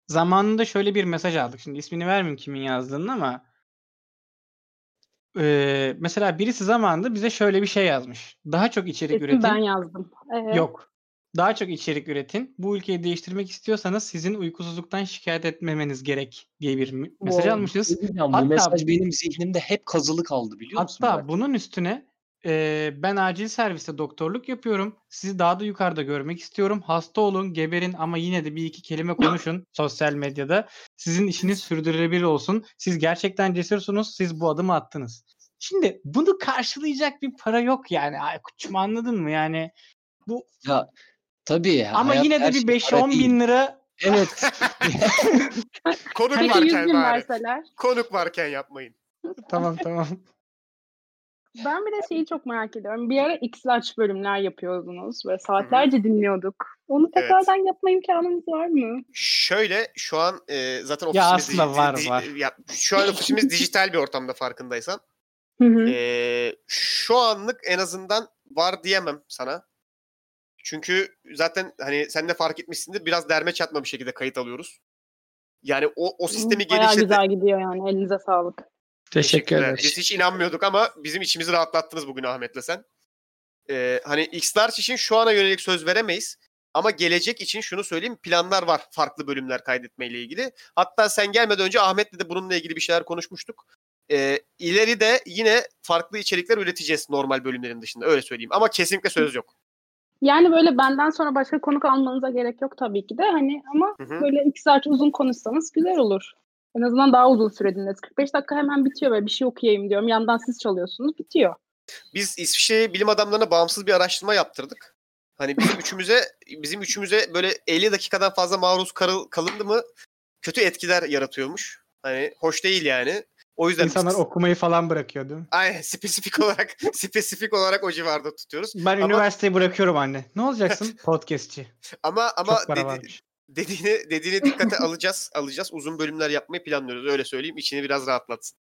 B: zamanında şöyle bir mesaj aldık. Şimdi ismini vermeyeyim kimin yazdığını ama eee, mesela birisi zamanında bize şöyle bir şey yazmış. Daha çok içerik
E: Kesin
B: üretin.
E: ben yazdım. Evet.
B: Yok. Daha çok içerik üretin. Bu ülkeyi değiştirmek istiyorsanız sizin uykusuzluktan şikayet etmemeniz gerek diye bir mü- mesaj
E: Wow.
B: almışız.
C: Üzülüyorum.
B: Hatta-
C: bu mesaj benim zihnimde hep kazılı kaldı biliyor musun?
B: Hatta
C: Berk?
B: bunun üstüne eee, ben acil serviste doktorluk yapıyorum. Sizi daha da yukarıda görmek istiyorum. Hasta olun, geberin ama yine de bir iki kelime konuşun sosyal medyada. Sizin işiniz sürdürülebilir olsun. Siz gerçekten cesursunuz. Siz bu adımı attınız. Şimdi bunu karşılayacak bir para yok yani. Aykut'cum anladın mı? Yani
C: Ya tabii.
B: ama
C: hayat
B: yine de
C: her
B: bir
C: şey
B: 5-10
C: para değil.
B: bin lira
C: Evet.
A: Konuk
E: Peki 100
A: varken
E: bin
A: bari.
E: verseler.
A: Konuk varken yapmayın.
B: tamam tamam.
E: Ben bir de şeyi çok merak ediyorum. Bir ara X-Large bölümler yapıyordunuz ve saatlerce dinliyorduk. Onu tekrardan yapma imkanımız var mı?
A: Şöyle şu an e, zaten
B: Ya
A: ofisimiz
B: aslında
A: dij-
B: var,
A: dij-
B: var.
A: ya şu an ofisimiz dijital bir ortamda farkındaysan.
E: Hı hı.
A: Ee, şu anlık en azından var diyemem sana. Çünkü zaten hani sen de fark etmişsindir biraz derme çatma bir şekilde kayıt alıyoruz. Yani o, o sistemi
E: Bayağı
A: genişlet
E: güzel gidiyor yani. Elinize sağlık.
B: Teşekkür
A: Evet, Biz hiç inanmıyorduk ama bizim içimizi rahatlattınız bugün Ahmet'le sen. Ee, hani X'lar için şu ana yönelik söz veremeyiz. Ama gelecek için şunu söyleyeyim planlar var farklı bölümler kaydetmeyle ilgili. Hatta sen gelmeden önce Ahmet'le de bununla ilgili bir şeyler konuşmuştuk. Ee, ileri de yine farklı içerikler üreteceğiz normal bölümlerin dışında öyle söyleyeyim. Ama kesinlikle söz yok.
E: Yani böyle benden sonra başka konuk almanıza gerek yok tabii ki de. Hani ama
A: Hı hı.
E: böyle iki saat uzun konuşsanız güzel olur. En azından daha uzun süre dinleriz. 45 dakika hemen bitiyor böyle bir şey okuyayım diyorum. Yandan siz çalıyorsunuz bitiyor.
A: Biz İsviçre bilim adamlarına bağımsız bir araştırma yaptırdık. Hani bizim üçümüze bizim üçümüze böyle 50 dakikadan fazla maruz karıl- kalındı mı kötü etkiler yaratıyormuş. Hani hoş değil yani. O yüzden biz-
B: İnsanlar okumayı falan bırakıyor değil mi?
A: Aynen spesifik olarak spesifik olarak o civarda tutuyoruz.
B: Ben
A: Ama-
B: üniversiteyi bırakıyorum anne. Ne olacaksın? Podcastçi.
A: Ama ama
B: Çok para
A: dedi-
B: varmış.
A: dediğini dediğini dikkate alacağız. Alacağız. Uzun bölümler yapmayı planlıyoruz. Öyle söyleyeyim. İçini biraz rahatlatsın.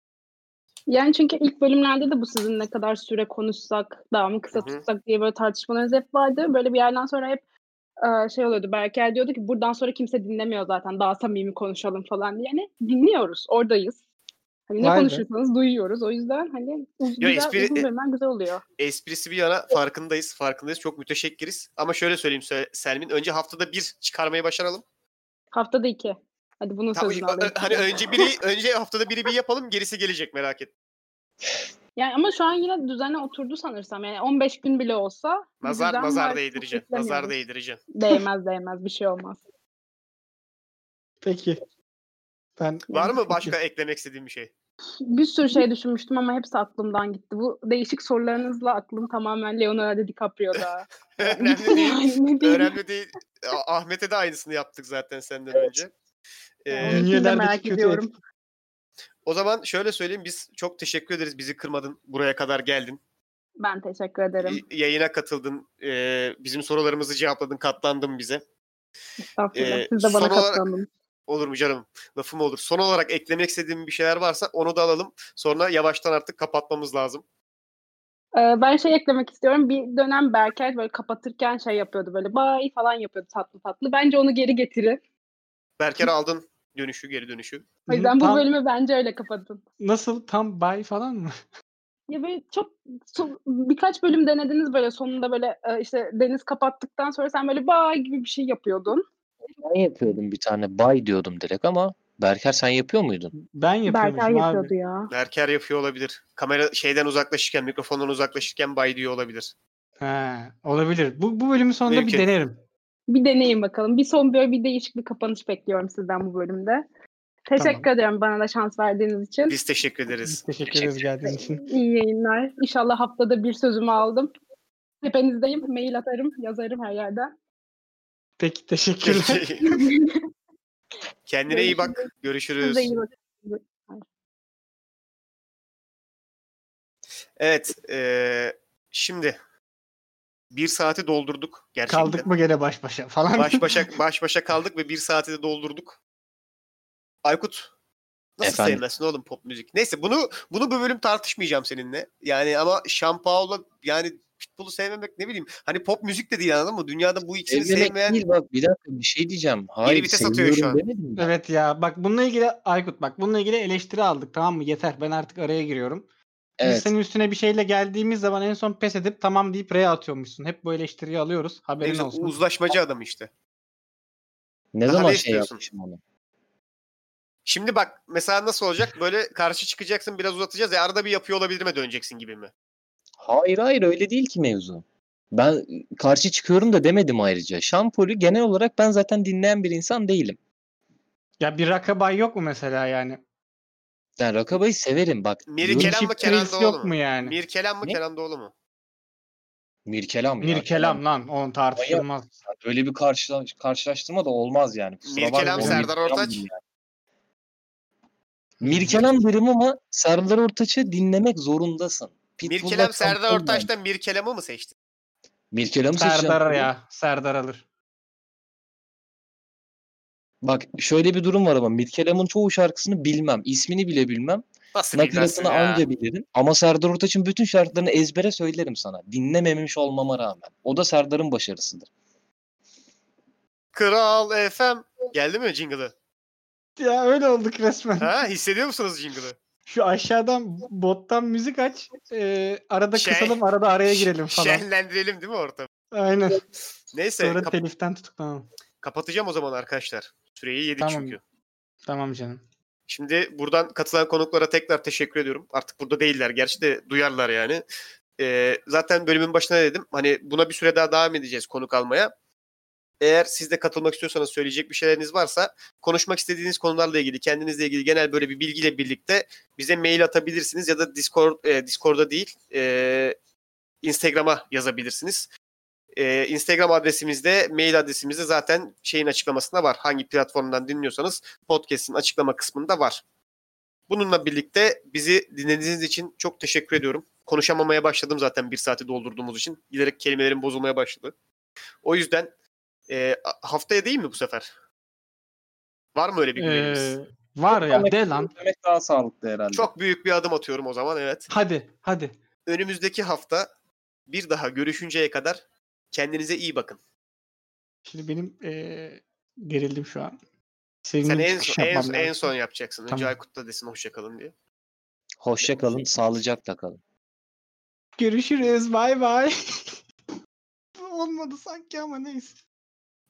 E: Yani çünkü ilk bölümlerde de bu sizin ne kadar süre konuşsak, daha mı kısa
A: Hı hı.
E: tutsak diye böyle tartışmalarınız hep vardı. Böyle bir yerden sonra hep e, şey oluyordu. Berker diyordu ki buradan sonra kimse dinlemiyor zaten. Daha samimi konuşalım falan diye. Yani dinliyoruz. Oradayız. Hani ne
B: Vay be.
E: konuşursanız duyuyoruz. O yüzden hani uz-
A: Yo,
E: güzel,
A: espri- e-
E: uzun bölümler güzel oluyor.
A: Esprisi bir yana farkındayız. Farkındayız. Çok müteşekkiriz. Ama şöyle söyleyeyim Sel- Selmin. Önce haftada bir çıkarmayı başaralım.
E: Haftada iki. Hadi bunun
A: Tam,
E: sözünü alayım.
A: hani önce biri önce haftada biri bir yapalım. Gerisi gelecek merak etme.
E: Yani ama şu an yine düzene oturdu sanırsam. Yani 15 gün bile olsa. bir
A: Nazar
E: düzen var.
A: nazar
E: Çok
A: değdireceksin.
E: beklemiyoruz.
A: Nazar değdireceksin.
E: Değmez değmez bir şey olmaz.
B: Peki. Ben
A: Var mı başka eklemek istediğin bir şey?
E: Bir sürü şey düşünmüştüm ama hepsi aklımdan gitti. Bu değişik sorularınızla aklım tamamen Leonardo DiCaprio'da.
A: Önemli değil.
E: Yani ne diyeyim?
A: Önemli değil. A- Ahmet'e de aynısını yaptık zaten senden önce.
E: Yani
A: Ee,
E: ikisini de
B: Dünyadaki
E: merak
B: kötü
E: ediyorum.
A: o zaman şöyle söyleyeyim. Biz çok teşekkür ederiz. Bizi kırmadın. Buraya kadar geldin.
E: Ben teşekkür ederim.
A: Y- yayına katıldın. Ee, bizim sorularımızı cevapladın. Katlandın bize.
E: Estağfurullah.
A: e,
E: Siz de bana
A: son olarak-
E: katlandınız.
A: Olur mu canım? Lafım olur. Son olarak eklemek istediğim bir şeyler varsa onu da alalım. Sonra yavaştan artık kapatmamız lazım.
E: Ee, ben şey eklemek istiyorum. Bir dönem Berker böyle kapatırken şey yapıyordu böyle bay falan yapıyordu tatlı tatlı. Bence onu geri getirin.
A: Berker aldın dönüşü geri dönüşü.
E: O yüzden bu
B: Tam-
E: bölümü bence öyle kapatın.
B: Nasıl? Tam bay falan mı?
E: Ya böyle çok son- birkaç bölüm denediniz böyle sonunda böyle e, işte Deniz kapattıktan sonra sen böyle bay gibi bir şey yapıyordun.
C: Ben yapıyordum bir tane bay diyordum direkt ama Berker sen yapıyor muydun?
B: Ben
E: Berker
B: yapıyormuşum abi.
E: yapıyordu ya.
A: Berker yapıyor olabilir. Kamera şeyden uzaklaşırken, mikrofondan uzaklaşırken bay diyor olabilir.
B: He, olabilir. Bu, bu bölümün sonunda
A: Mümkün.
B: bir denerim.
E: Bir deneyin bakalım. Bir son böyle bir değişik bir kapanış bekliyorum sizden bu bölümde. Teşekkür ederim bana da şans verdiğiniz için.
A: Biz teşekkür ederiz.
B: Teşekkür ederiz geldiğiniz için.
E: İyi yayınlar. İnşallah haftada bir sözümü aldım. Tepenizdeyim. Mail atarım, yazarım her yerden.
B: Peki teşekkürler.
A: Kendine iyi bak. Görüşürüz.
E: Size iyi bakın.
A: Evet. eee, şimdi bir saati doldurduk. Gerçekten.
B: Kaldık mı gene baş başa falan.
A: Baş başa, baş başa kaldık ve bir saati de doldurduk. Aykut nasıl
C: Efendim?
A: sevmezsin oğlum pop müzik? Neyse bunu bunu bu bölüm tartışmayacağım seninle. Yani ama Şampaola yani Pitbull'u sevmemek ne bileyim. Hani pop müzik de değil anladın mı? Dünyada bu ikisini
C: Sevmemek
A: sevmeyen
C: değil bak bir dakika bir şey diyeceğim. Hayır
A: vites atıyor şu
C: sevmiyorum
A: an.
C: demedim mi?
B: evet ya bak bununla ilgili Aykut bak bununla ilgili eleştiri aldık tamam mı? Yeter ben artık araya giriyorum. Biz
C: Evet.
B: senin üstüne bir şeyle geldiğimiz zaman en son pes edip tamam deyip reye atıyormuşsun. Hep bu eleştiriyi alıyoruz.
A: ne
B: Haberin
A: güzel,
B: olsun.
A: uzlaşmacı adam işte.
C: Ne
A: Daha
C: zaman
A: ne
C: şey
A: istiyorsun?
C: yapmışım onu?
A: Şimdi bak mesela nasıl olacak? Böyle karşı çıkacaksın biraz uzatacağız. E arada bir yapıyor olabilirime döneceksin gibi mi?
C: Hayır hayır öyle değil ki mevzu. Ben karşı çıkıyorum da demedim ayrıca. Şampolü genel olarak ben zaten dinleyen bir insan değilim.
B: Ya bir rakabay yok mu mesela yani?
C: Ben Rakaba'yı severim bak.
A: Meri
C: diyorum
B: Bir
A: Kerem
C: ki-
A: mi,
B: çift
A: Kenan
B: reis
A: Doğulu
B: yok
A: mu?
B: mu yani? Mir,
A: Mirkelam mı
C: Ne?
A: Kenan Doğulu mu?
C: Mirkelam ya.
B: Kelam lan onun tartışılmaz.
C: Öyle bir karşıla- karşılaştırma da olmaz yani. Kusura
A: Mirkelam,
C: bakma.
A: Serdar
C: Mirkelam
A: Ortaç.
C: değil yani. Mirkelam derim ama Serdar Ortaç'ı dinlemek zorundasın. Pitbull'la
A: Mirkelam Serdar
C: Şampolü ben-
A: Ortaç'tan Mirkelam'ı mı seçtin?
C: Mirkelam'ı seçeceğim.
B: Serdar ya. Serdar alır.
C: Bak şöyle bir durum var ama Mirkelam'ın çoğu şarkısını bilmem. ismini bile bilmem.
A: Nasıl bilmezsin
C: Nakaratını
A: ya?
C: anca bilirim. Ama Serdar Ortaç'ın bütün şarkılarını ezbere söylerim sana. Dinlememiş olmama rağmen. O da Serdar'ın başarısıdır.
A: Kral FM. Geldi mi jingle'ı?
B: Ya öyle olduk resmen.
A: Ha hissediyor musunuz jingle'ı?
B: Şu aşağıdan bottan müzik aç. e, arada
A: Şey-
B: kısalım arada araya girelim falan.
A: Şenlendirelim değil mi ortamı?
B: Aynen.
A: Neyse
B: Sonra
A: şey, kap-
B: teliften tutuklanalım.
A: kapatacağım o zaman arkadaşlar. Süreyi yedik
B: Tamam.
A: çünkü.
B: Tamam canım.
A: Şimdi buradan katılan konuklara tekrar teşekkür ediyorum. Artık burada değiller. Gerçi de duyarlar yani. Ee, zaten bölümün başına dedim. Hani buna bir süre daha devam edeceğiz konuk almaya. Eğer siz de katılmak istiyorsanız söyleyecek bir şeyleriniz varsa konuşmak istediğiniz konularla ilgili kendinizle ilgili genel böyle bir bilgiyle birlikte bize mail atabilirsiniz ya da Discord e, Discord'da değil e, Instagram'a yazabilirsiniz. E, Instagram adresimizde mail adresimizde zaten şeyin açıklamasında var. Hangi platformdan dinliyorsanız podcast'in açıklama kısmında var. Bununla birlikte bizi dinlediğiniz için çok teşekkür ediyorum. Konuşamamaya başladım zaten bir saati doldurduğumuz için. Giderek kelimelerim bozulmaya başladı. O yüzden e, haftaya değil mi bu sefer? Var mı öyle bir günümüz?
B: Ee, var ya de lan.
C: Demek daha sağlıklı herhalde.
A: Çok büyük bir adım atıyorum o zaman evet.
B: Hadi hadi.
A: Önümüzdeki hafta bir daha görüşünceye kadar kendinize iyi bakın.
B: Şimdi benim eee gerildim şu an. Sevgili
A: Sen en
B: çıkış
A: son, en,
B: yapmam
A: son-
B: lazım.
A: en son yapacaksın. Önce
B: Tamam.
A: Aykut da desin hoşçakalın diye.
C: Hoşça kalın, sağlıcakla kalın.
B: Görüşürüz. Bay bay. Olmadı sanki ama neyse.